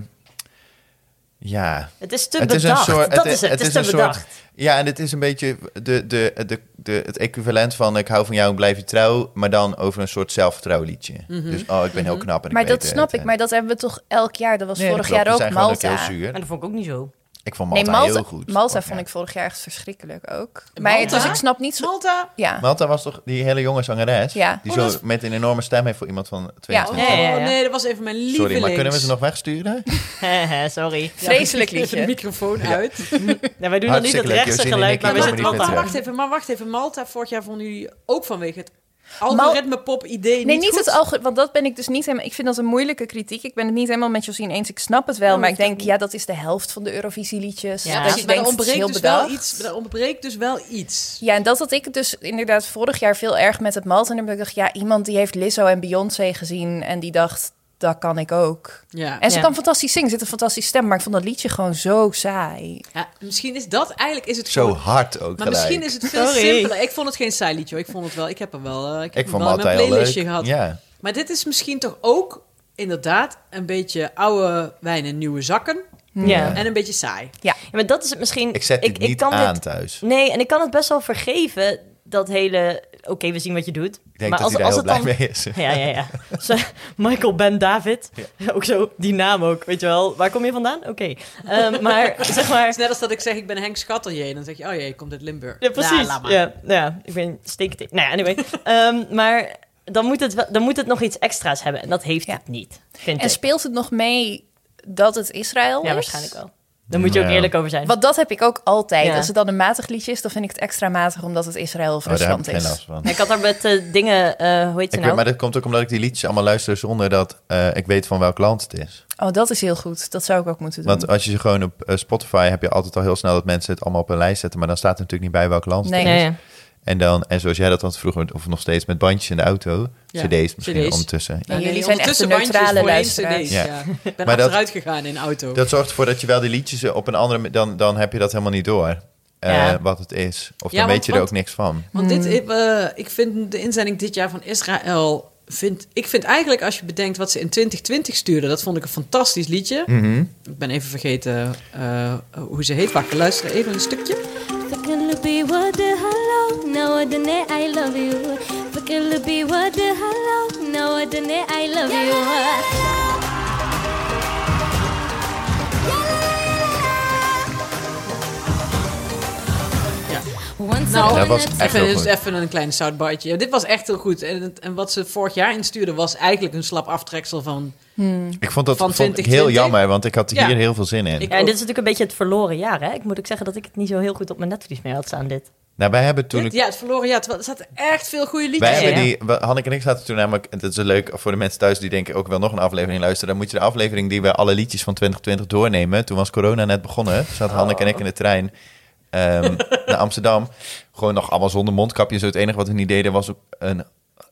Speaker 3: ja,
Speaker 2: Het is te bedacht. dat is het. Het is, te
Speaker 3: een
Speaker 2: bedacht.
Speaker 3: ja, en het is een beetje de, de, de, de, het equivalent van ik hou van jou en blijf je trouw, maar dan over een soort zelfvertrouwliedje.
Speaker 2: Mhm.
Speaker 3: Dus oh, ik ben heel knap en ik
Speaker 5: Maar
Speaker 3: weet
Speaker 5: dat snap
Speaker 3: het.
Speaker 5: ik, maar dat hebben we toch elk jaar. Dat was
Speaker 3: Nee, dat
Speaker 5: vorig
Speaker 3: klopt.
Speaker 5: jaar
Speaker 3: We
Speaker 5: ook
Speaker 3: zijn gewoon
Speaker 5: Malta.
Speaker 3: heel zuur.
Speaker 2: En dat vond ik ook niet zo.
Speaker 3: Ik vond
Speaker 5: Nee,
Speaker 3: Malta,
Speaker 5: Malta,
Speaker 3: heel goed.
Speaker 5: Malta
Speaker 3: Vorig
Speaker 5: vond ik
Speaker 3: jaar.
Speaker 5: vorig jaar echt verschrikkelijk ook. Maar
Speaker 4: Malta?
Speaker 5: dus ik snap niet zo...
Speaker 4: Malta?
Speaker 5: Ja,
Speaker 3: Malta was toch die hele jonge zangeres?
Speaker 5: Ja.
Speaker 3: Die
Speaker 4: Oh,
Speaker 3: zo
Speaker 4: dat is-
Speaker 3: met een enorme stem heeft voor iemand van 22.
Speaker 2: Ja, ja, ja.
Speaker 4: Oh, nee, dat was even mijn lieveling.
Speaker 3: Sorry, maar kunnen we ze nog wegsturen?
Speaker 2: Hehe, Sorry.
Speaker 5: vreselijk
Speaker 8: de
Speaker 5: liedje.
Speaker 8: microfoon uit.
Speaker 2: Nou, wij doen dan niet
Speaker 3: Hartstikke
Speaker 2: het
Speaker 3: leuk,
Speaker 2: rechtse
Speaker 3: Josine en
Speaker 2: geluid,
Speaker 3: ik
Speaker 2: maar we
Speaker 3: komen
Speaker 2: zitten wel te
Speaker 3: niet met
Speaker 4: Maar
Speaker 3: terug.
Speaker 2: houden.
Speaker 4: wacht even, maar wacht even. Malta, vorig jaar vonden jullie ook vanwege het algoritme pop idee niet
Speaker 5: Nee, niet
Speaker 4: goed.
Speaker 5: het algoritme, want dat ben ik dus niet helemaal... Ik vind dat een moeilijke kritiek. Ik ben het niet helemaal met Josien eens. Ik snap het wel,
Speaker 4: Nou,
Speaker 5: maar ik
Speaker 4: hoeft ook
Speaker 5: denk... Ja, dat is de helft van de Eurovisieliedjes.
Speaker 2: Ja,
Speaker 5: Dat
Speaker 4: Precies,
Speaker 5: je
Speaker 4: maar er
Speaker 5: denkt, het is
Speaker 4: ontbreekt, dus
Speaker 5: heel
Speaker 4: wel
Speaker 5: bedacht.
Speaker 4: iets, er ontbreekt dus wel iets.
Speaker 5: Ja, en dat had ik het dus inderdaad vorig jaar veel erg met het Malta. En dan dacht ik, ja, iemand die heeft Lizzo en Beyoncé gezien... en die dacht, dat kan ik ook.
Speaker 8: Ja.
Speaker 5: En ze
Speaker 2: Ja.
Speaker 5: kan fantastisch zingen, zit een fantastische stem... maar ik vond dat liedje gewoon zo saai.
Speaker 4: Ja, misschien is dat eigenlijk is het
Speaker 3: Zo
Speaker 4: gewoon-
Speaker 3: hard ook
Speaker 4: Maar
Speaker 3: gelijk.
Speaker 4: misschien is het veel
Speaker 2: Sorry.
Speaker 4: simpeler. Ik vond het geen saai liedje. hoor. Ik vond het wel. Ik heb er wel. eh, ik heb
Speaker 3: Ik
Speaker 4: hem wel
Speaker 3: vond
Speaker 4: in
Speaker 3: Malta
Speaker 4: mijn
Speaker 3: heel leuk.
Speaker 4: playlistje gehad.
Speaker 3: Ja.
Speaker 4: Maar dit is misschien toch ook inderdaad een beetje oude wijn in nieuwe zakken
Speaker 2: Ja.
Speaker 4: en een beetje saai.
Speaker 2: Ja, maar dat is het misschien...
Speaker 3: Ik zet dit niet
Speaker 2: kan
Speaker 3: aan
Speaker 2: dit-
Speaker 3: thuis.
Speaker 2: Nee, en ik kan het best wel vergeven, dat hele... Oké, we zien wat je doet.
Speaker 3: Ik denk dat hij daar heel blij mee is. Oh,
Speaker 2: Ja, ja, ja. Zo, Michael Ben David. Ook zo, die naam ook, weet je wel. Waar kom je vandaan? Oké. Ehm, maar zeg maar...
Speaker 4: Het is net als dat ik zeg ik ben Henk Schatterje. Dan zeg je, oh jee, je komt uit Limburg.
Speaker 2: Ja,
Speaker 4: Nou,
Speaker 2: precies.
Speaker 4: laat maar.
Speaker 2: ja, ja, ik ben steekte. Nou ja, anyway. Ehm, maar dan moet, het, wel- dan moet het nog iets extra's hebben. En dat heeft
Speaker 5: Ja.
Speaker 2: het niet, vind
Speaker 5: En
Speaker 2: ik.
Speaker 5: speelt het nog mee dat het Israël
Speaker 2: Ja,
Speaker 5: is?
Speaker 2: waarschijnlijk wel. Daar moet je ook
Speaker 3: Ja.
Speaker 2: eerlijk over zijn.
Speaker 5: Want dat heb ik ook altijd.
Speaker 2: Ja.
Speaker 5: Als het dan een matig liedje is, dan vind ik het extra matig... omdat het Israël of
Speaker 3: Oh, daar heb
Speaker 5: Rusland
Speaker 3: ik geen last
Speaker 5: is.
Speaker 3: van.
Speaker 2: Ik had daar met eh, dingen, eh, hoe heet ze
Speaker 3: Ik weet,
Speaker 2: nou?
Speaker 3: maar dat komt ook omdat ik die liedjes allemaal luister zonder dat eh, ik weet van welk land het is.
Speaker 5: Oh, dat is heel goed. Dat zou ik ook moeten doen.
Speaker 3: Want als je ze gewoon op eh, Spotify heb je altijd al heel snel dat mensen het allemaal op een lijst zetten. Maar dan staat er natuurlijk niet bij welk land
Speaker 5: Nee.
Speaker 3: het is.
Speaker 2: Ja, ja.
Speaker 3: En, dan, en zoals jij dat had vroeger, of nog steeds met bandjes in de auto.
Speaker 4: Ja,
Speaker 3: CD's misschien
Speaker 4: CD's.
Speaker 3: ondertussen.
Speaker 5: Ja, Nou, jullie
Speaker 4: nee,
Speaker 5: zijn echt de
Speaker 4: ondertussen bandjes
Speaker 5: neutrale
Speaker 4: voor één
Speaker 5: luisteraars.
Speaker 4: CD's,
Speaker 3: Ja.
Speaker 4: Ja. Ik ben
Speaker 3: Maar dat-
Speaker 4: achteruit gegaan in de auto.
Speaker 3: Dat zorgt ervoor dat je wel die liedjes eh, op een andere... ma- Dan, dan heb je dat helemaal niet door, eh,
Speaker 2: Ja.
Speaker 3: wat het is. Of
Speaker 4: Ja,
Speaker 3: dan
Speaker 4: want-
Speaker 3: weet je er
Speaker 4: want-
Speaker 3: ook niks van.
Speaker 4: Want dit,
Speaker 5: Hmm.
Speaker 4: ik, eh, ik vind de inzending dit jaar van Israël. Vind, ik vind eigenlijk als je bedenkt wat ze in 2020 stuurden, dat vond ik een fantastisch liedje.
Speaker 3: Mhm.
Speaker 4: Ik ben even vergeten eh, hoe ze heet. Wacht, we luisteren even een stukje.
Speaker 7: فكل بيود هلا نودني I love you فكل بيود هلا نودني I love you
Speaker 4: Ja.
Speaker 7: Once
Speaker 4: Nou,
Speaker 7: upon
Speaker 3: dat
Speaker 7: a
Speaker 3: was
Speaker 7: time-
Speaker 3: echt
Speaker 4: Even,
Speaker 3: heel
Speaker 4: dus
Speaker 3: goed.
Speaker 4: even een klein soundbiteje. Ja, dit was echt heel goed. En, het- en wat ze vorig jaar instuurden was eigenlijk een slap aftreksel van...
Speaker 3: Ik vond dat
Speaker 4: Van
Speaker 3: vond ik
Speaker 4: 2020?
Speaker 3: heel jammer, want ik had hier
Speaker 4: Ja.
Speaker 3: heel veel zin in.
Speaker 4: Ik-
Speaker 2: Ja, en dit is natuurlijk een beetje het verloren jaar, hè? Ik moet ook zeggen dat ik het niet zo heel goed op mijn netvlies meer had staan, dit.
Speaker 3: Nou, wij hebben toen...
Speaker 4: Dit- ja, het verloren jaar. Terwijl er zaten echt veel goede liedjes
Speaker 3: Wij
Speaker 2: Ja,
Speaker 3: hebben
Speaker 2: ja.
Speaker 3: die, we- Hanneke en ik zaten toen namelijk, en dat is leuk voor de mensen thuis die denken ook wel nog een aflevering luisteren. Dan moet je de aflevering die we alle liedjes van 2020 doornemen. Toen was corona net begonnen, Toen
Speaker 4: Oh.
Speaker 3: zaten Hanneke en ik in de trein ehm, naar Amsterdam. Gewoon nog allemaal zonder mondkapje. Zo het enige wat we niet deden was ook een, elkaar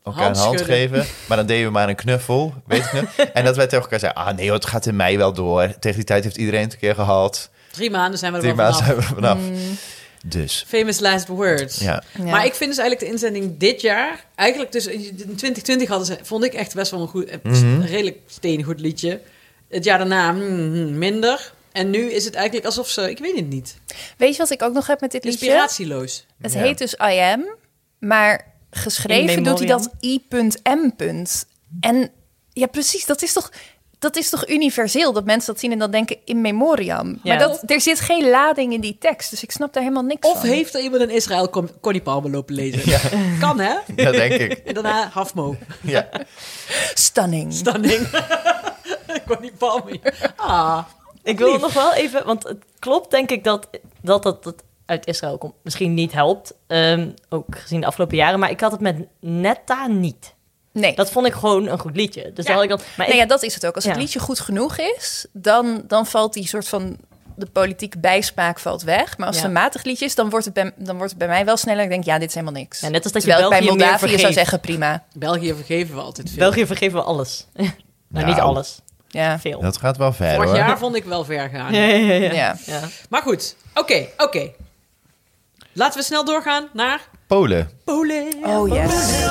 Speaker 3: een hand
Speaker 4: Handschudden.
Speaker 3: geven. Maar dan deden we maar een knuffel, weet ik nog. En dat wij tegen elkaar zeiden, ah nee hoor, het gaat in mei wel door. Tegen die tijd heeft iedereen het een keer gehad.
Speaker 4: Drie maanden zijn we er
Speaker 3: Die
Speaker 4: wel
Speaker 3: maand
Speaker 4: vanaf. Mm.
Speaker 3: zijn we er vanaf. Dus,
Speaker 4: Famous last words.
Speaker 3: ja.
Speaker 5: Ja.
Speaker 4: Maar ik vind dus eigenlijk de inzending dit jaar... Eigenlijk dus in 2020 hadden ze... Vond ik echt best wel een goed...
Speaker 3: Mhm.
Speaker 4: eh, redelijk steengoed liedje. Het jaar daarna mm, mm, minder. En nu is het eigenlijk alsof ze... Ik weet het niet.
Speaker 5: Weet je wat ik ook nog heb met dit liedje?
Speaker 4: Inspiratieloos.
Speaker 5: Het
Speaker 3: Ja.
Speaker 5: heet dus I am, maar geschreven
Speaker 2: In
Speaker 5: doet hij
Speaker 2: memoriam.
Speaker 5: dat i.m. punt. En ja, precies, dat is toch... Dat is toch universeel dat mensen dat zien en dan denken in memoriam.
Speaker 2: Ja.
Speaker 5: Maar dat, er zit geen lading in die tekst, dus ik snap daar helemaal niks
Speaker 4: Of
Speaker 5: van.
Speaker 4: heeft er iemand in Israël Con- Connie Palmer lopen lezen? Kan, hè?
Speaker 3: ja, denk ik.
Speaker 4: En daarna Hafmo.
Speaker 3: Ja.
Speaker 5: Stunning.
Speaker 4: Stunning. Connie Palmer. Ah.
Speaker 2: Ik wil nog wel even, want het klopt denk ik dat dat, dat, dat uit Israël komt. Misschien niet helpt, ehm, ook gezien de afgelopen jaren. Maar ik had het met Netta niet.
Speaker 5: Nee.
Speaker 2: Dat vond ik gewoon een goed liedje. Dus dan had ik dan... Maar
Speaker 5: nou
Speaker 2: ik-
Speaker 5: ja, dat is het ook. Als het
Speaker 2: Ja.
Speaker 5: liedje goed genoeg is, dan, dan valt die soort van de politieke bijspraak valt weg. Maar als
Speaker 2: Ja.
Speaker 5: het een matig liedje is, dan wordt het bij, dan wordt het bij mij wel sneller. Ik denk, ja, dit is helemaal niks.
Speaker 2: Ja, net als dat je
Speaker 5: Terwijl ik bij
Speaker 2: België meer
Speaker 5: Moldavië zou
Speaker 2: vergeeft.
Speaker 5: zeggen, prima.
Speaker 4: België vergeven we altijd veel.
Speaker 2: België vergeven we alles. nou, niet alles.
Speaker 5: Ja,
Speaker 2: Veel.
Speaker 3: Dat gaat wel ver
Speaker 4: Vorig
Speaker 3: hoor.
Speaker 4: jaar vond ik wel ver gaan.
Speaker 5: ja.
Speaker 2: Ja.
Speaker 4: Maar goed. Oké, oké. Laten we snel doorgaan naar
Speaker 3: Polen.
Speaker 4: Polen.
Speaker 5: Oh yes.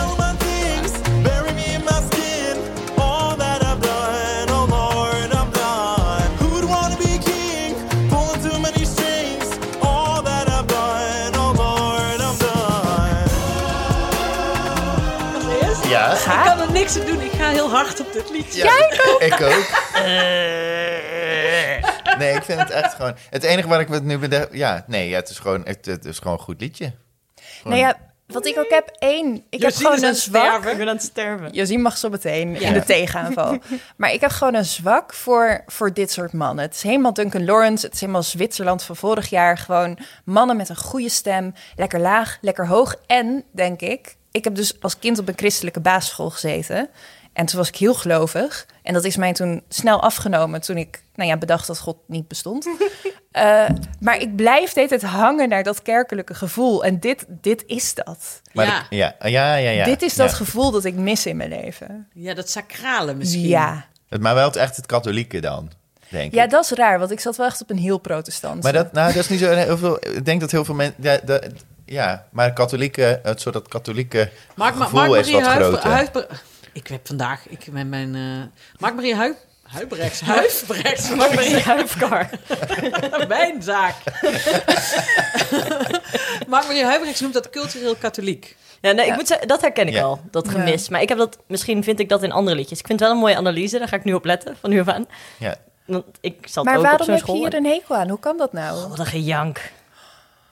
Speaker 3: Ja.
Speaker 4: Ik kan er niks aan doen. Ik ga heel hard op dit liedje.
Speaker 3: Ja, ik ook. Nee, ik vind het echt gewoon... Het enige waar ik het nu bedenk... Ja, nee, ja, het, is gewoon, het, het is gewoon een goed liedje.
Speaker 5: Nou ja, wat ik ook heb, één. Ik heb
Speaker 4: Josine
Speaker 5: gewoon
Speaker 4: is aan
Speaker 5: een
Speaker 4: het
Speaker 5: zwak.
Speaker 4: sterven.
Speaker 2: Ik ben aan het sterven.
Speaker 5: Josien mag zo meteen
Speaker 4: Ja.
Speaker 5: in de tegenaanval. maar ik heb gewoon een zwak voor, voor dit soort mannen. Het is helemaal Duncan Lawrence. Het is helemaal Zwitserland van vorig jaar. Gewoon mannen met een goede stem. Lekker laag, lekker hoog. En, denk ik, ik heb dus als kind op een christelijke basisschool gezeten. En toen was ik heel gelovig. En dat is mij toen snel afgenomen toen ik nou ja, bedacht dat God niet bestond. Eh, maar ik blijf de hele tijd hangen naar dat kerkelijke gevoel. En dit, dit is dat.
Speaker 3: Maar
Speaker 4: Ja.
Speaker 3: ik- ja. Ah, Ja, ja, ja.
Speaker 5: dit is dat
Speaker 3: Ja.
Speaker 5: gevoel dat ik mis in mijn leven.
Speaker 4: Ja, dat sacrale misschien.
Speaker 5: Ja.
Speaker 3: Het- Maar wel het, echt het katholieke dan, denk
Speaker 5: ja,
Speaker 3: ik.
Speaker 5: dat is raar, want ik zat wel echt op een heel protestant.
Speaker 3: Maar dat, nou, dat is niet zo heel veel... Ik denk dat heel veel mensen... Ja, de- ja, maar katholieke, het soort dat katholieke
Speaker 4: Mark, Ma-
Speaker 3: gevoel
Speaker 4: Mark
Speaker 3: is
Speaker 4: Marie
Speaker 3: wat
Speaker 4: Huif,
Speaker 3: groter.
Speaker 4: Huif- Ik heb vandaag... Ik ben mijn... eh Mark Marie Huif... Huibrechts. Huifrechts. Mark Marie
Speaker 2: Huifkar.
Speaker 4: Mijn zaak. Mark Marie Huibrechts noemt dat cultureel katholiek.
Speaker 2: Ja, nee, ik moet zeggen, dat herken ik
Speaker 3: Ja.
Speaker 2: wel, dat gemis. Maar ik heb dat, misschien vind ik dat in andere liedjes. Ik vind het wel een mooie analyse, daar ga ik nu op letten, van nu af aan.
Speaker 3: Ja.
Speaker 2: Want ik zat
Speaker 5: maar
Speaker 2: ook op
Speaker 5: waarom
Speaker 2: zo'n
Speaker 5: heb je
Speaker 2: school.
Speaker 5: hier
Speaker 2: en-
Speaker 5: een hekel aan? Hoe kan dat nou?
Speaker 2: Wat een gejank.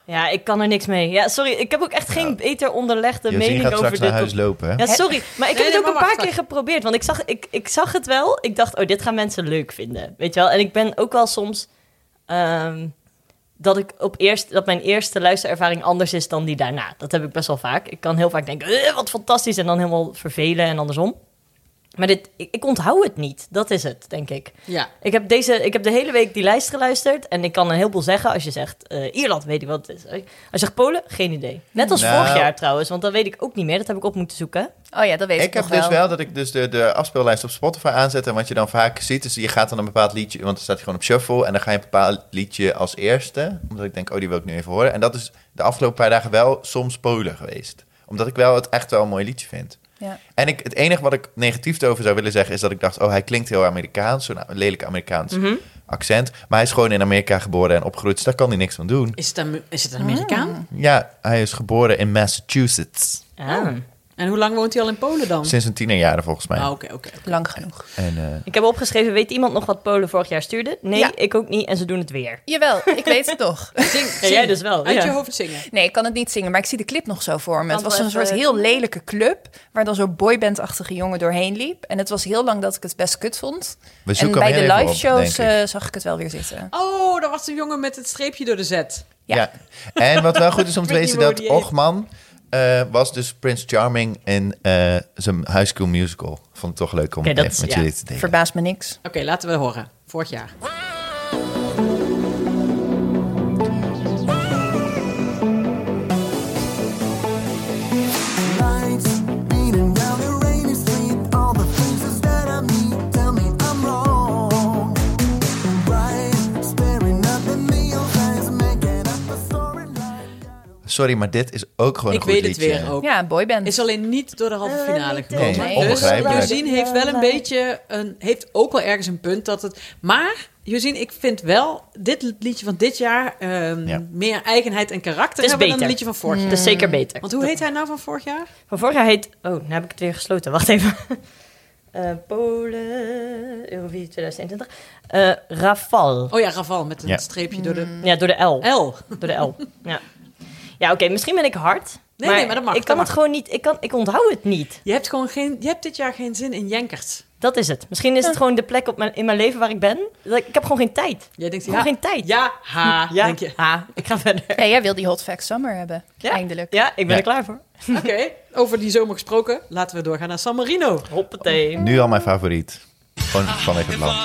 Speaker 2: Ja, ik kan er niks mee. Ja, sorry, ik heb ook echt geen beter onderlegde
Speaker 3: Josien
Speaker 2: mening
Speaker 3: gaat
Speaker 2: over
Speaker 3: straks
Speaker 2: dit.
Speaker 3: naar huis
Speaker 2: boek.
Speaker 3: lopen, hè?
Speaker 2: Ja, sorry. Maar
Speaker 4: Nee,
Speaker 2: ik heb
Speaker 4: nee,
Speaker 2: het ook
Speaker 4: maar
Speaker 2: een paar
Speaker 4: wacht,
Speaker 2: keer geprobeerd. Want ik zag, ik, ik zag het wel. Ik dacht, oh, dit gaan mensen leuk vinden. Weet je wel? En ik ben ook wel soms... ehm, dat, ik op eerst, dat mijn eerste luisterervaring anders is dan die daarna. Dat heb ik best wel vaak. Ik kan heel vaak denken, "Eh, wat fantastisch. En dan helemaal vervelen en andersom. Maar dit, ik, ik onthoud het niet. Dat is het, denk ik.
Speaker 4: Ja.
Speaker 2: Ik heb, deze, ik heb de hele week die lijst geluisterd. En ik kan een heleboel zeggen als je zegt eh, Ierland, weet ik wat het is. Als je zegt Polen, geen idee. Net als
Speaker 3: Nou.
Speaker 2: vorig jaar trouwens, want dat weet ik ook niet meer. Dat heb ik op moeten zoeken.
Speaker 5: Oh ja, dat weet ik,
Speaker 3: Ik heb
Speaker 5: nog
Speaker 3: dus
Speaker 5: wel.
Speaker 3: wel dat ik dus de, de afspeellijst op Spotify aanzet. En wat je dan vaak ziet, is je gaat dan een bepaald liedje... want dan staat hij gewoon op shuffle. En dan ga je een bepaald liedje als eerste. Omdat ik denk, oh, die wil ik nu even horen. En dat is de afgelopen paar dagen wel soms Polen geweest. Omdat ik wel het echt wel een mooi liedje vind.
Speaker 5: Ja.
Speaker 3: En ik, het enige wat ik negatief over zou willen zeggen... is dat ik dacht, oh, hij klinkt heel Amerikaans. Zo'n lelijk Amerikaans
Speaker 5: Mhm.
Speaker 3: accent. Maar hij is gewoon in Amerika geboren en opgegroeid. Dus daar kan hij niks van doen.
Speaker 4: Is het een, is het een Amerikaan?
Speaker 3: Ja, hij is geboren in Massachusetts.
Speaker 4: Oh.
Speaker 2: Ah.
Speaker 4: En hoe lang woont hij al in Polen dan?
Speaker 3: Sinds een tienerjaren volgens mij.
Speaker 4: Ah, oké, oké.
Speaker 5: Lang genoeg.
Speaker 3: En, eh,
Speaker 2: Ik heb opgeschreven, weet iemand nog wat Polen vorig jaar stuurde? Nee,
Speaker 5: Ja.
Speaker 2: ik ook niet. En ze doen het weer.
Speaker 5: Jawel, ik weet het nog.
Speaker 4: Zing,
Speaker 2: Ja,
Speaker 4: zing.
Speaker 2: jij dus wel.
Speaker 4: Uit
Speaker 2: ja.
Speaker 4: je hoofd zingen.
Speaker 5: Nee, ik kan het niet zingen, maar ik zie de clip nog zo voor me. Het
Speaker 2: Kan
Speaker 5: was
Speaker 2: wel
Speaker 5: een soort
Speaker 2: even-
Speaker 5: heel lelijke club... waar dan zo'n boybandachtige jongen doorheen liep. En het was heel lang dat ik het best kut vond.
Speaker 3: We
Speaker 5: en
Speaker 3: zoeken
Speaker 5: bij
Speaker 3: hem heel
Speaker 5: de
Speaker 3: even
Speaker 5: live
Speaker 3: op,
Speaker 5: shows
Speaker 3: denk ik.
Speaker 5: eh, zag ik het wel weer zitten.
Speaker 4: Oh, daar was de jongen met het streepje door de zet.
Speaker 5: Ja.
Speaker 3: Ja. En wat wel goed is om te
Speaker 4: Ik weet
Speaker 3: weten,
Speaker 4: niet hoe
Speaker 3: dat
Speaker 4: die heet.
Speaker 3: Ochman eh, was dus Prince Charming in eh, zijn High School Musical. Vond ik toch leuk om
Speaker 2: Oké,
Speaker 3: het
Speaker 2: dat
Speaker 3: even
Speaker 2: is-
Speaker 3: met
Speaker 2: ja.
Speaker 3: jullie te delen.
Speaker 5: Verbaast me niks.
Speaker 4: Oké, laten we horen. Vorig jaar.
Speaker 6: Lights beating down the rainy street. All the faces that I meet tell me I'm wrong. Bright, staring up in neon signs, making up a storyline.
Speaker 3: Sorry, maar dit is ook gewoon
Speaker 4: Ik
Speaker 3: een goed
Speaker 4: weet het
Speaker 3: liedje.
Speaker 4: weer ook.
Speaker 5: Ja, een boyband.
Speaker 4: Is alleen niet door de
Speaker 2: Eh,
Speaker 4: halve finale gekomen.
Speaker 3: Nee,
Speaker 4: dus
Speaker 3: onbegrijpelijk.
Speaker 4: Josien heeft wel een beetje een, heeft ook wel ergens een punt dat het. Maar Josien, ik vind wel dit liedje van dit jaar ehm,
Speaker 3: Ja.
Speaker 4: meer eigenheid en karakter
Speaker 2: Het is
Speaker 4: hebben dan
Speaker 2: beter.
Speaker 4: het liedje van vorig jaar.
Speaker 2: Dat Dus is zeker beter.
Speaker 4: Hmm. Want hoe heet hij nou van vorig jaar?
Speaker 2: Van vorig jaar heet... Oh, nou heb ik het weer gesloten. Wacht even. Eh, Polen, Eurovisie 2021. Eh Rafal.
Speaker 4: Oh ja, Raval met een
Speaker 3: Ja.
Speaker 4: streepje door de
Speaker 2: Ja, door de L.
Speaker 4: L.
Speaker 2: Door de L. Ja, ja oké, misschien ben ik hard.
Speaker 4: Nee, nee, maar dat mag,
Speaker 2: Ik
Speaker 4: dat
Speaker 2: kan
Speaker 4: mag.
Speaker 2: het gewoon niet. Ik, kan, ik onthoud het niet.
Speaker 4: Je hebt gewoon geen, je hebt dit jaar geen zin in jenkers.
Speaker 2: Dat is het. Misschien is het gewoon de plek op mijn, in mijn leven waar ik ben. Dat Ik, ik heb gewoon geen tijd.
Speaker 4: Jij denkt
Speaker 2: Ik heb
Speaker 4: ja,
Speaker 2: gewoon geen tijd.
Speaker 4: ja, ha,
Speaker 2: Ja,
Speaker 4: denk je.
Speaker 2: ha, ik ga verder.
Speaker 5: Nee, jij wil die Hot Fact Summer hebben.
Speaker 2: Ja.
Speaker 5: Eindelijk.
Speaker 2: Ja, ik ben
Speaker 3: Ja.
Speaker 2: er klaar voor.
Speaker 4: Oké, over die zomer gesproken, laten we doorgaan naar San Marino.
Speaker 2: Hoppatee.
Speaker 3: Nu al mijn favoriet. Gewoon van even het land.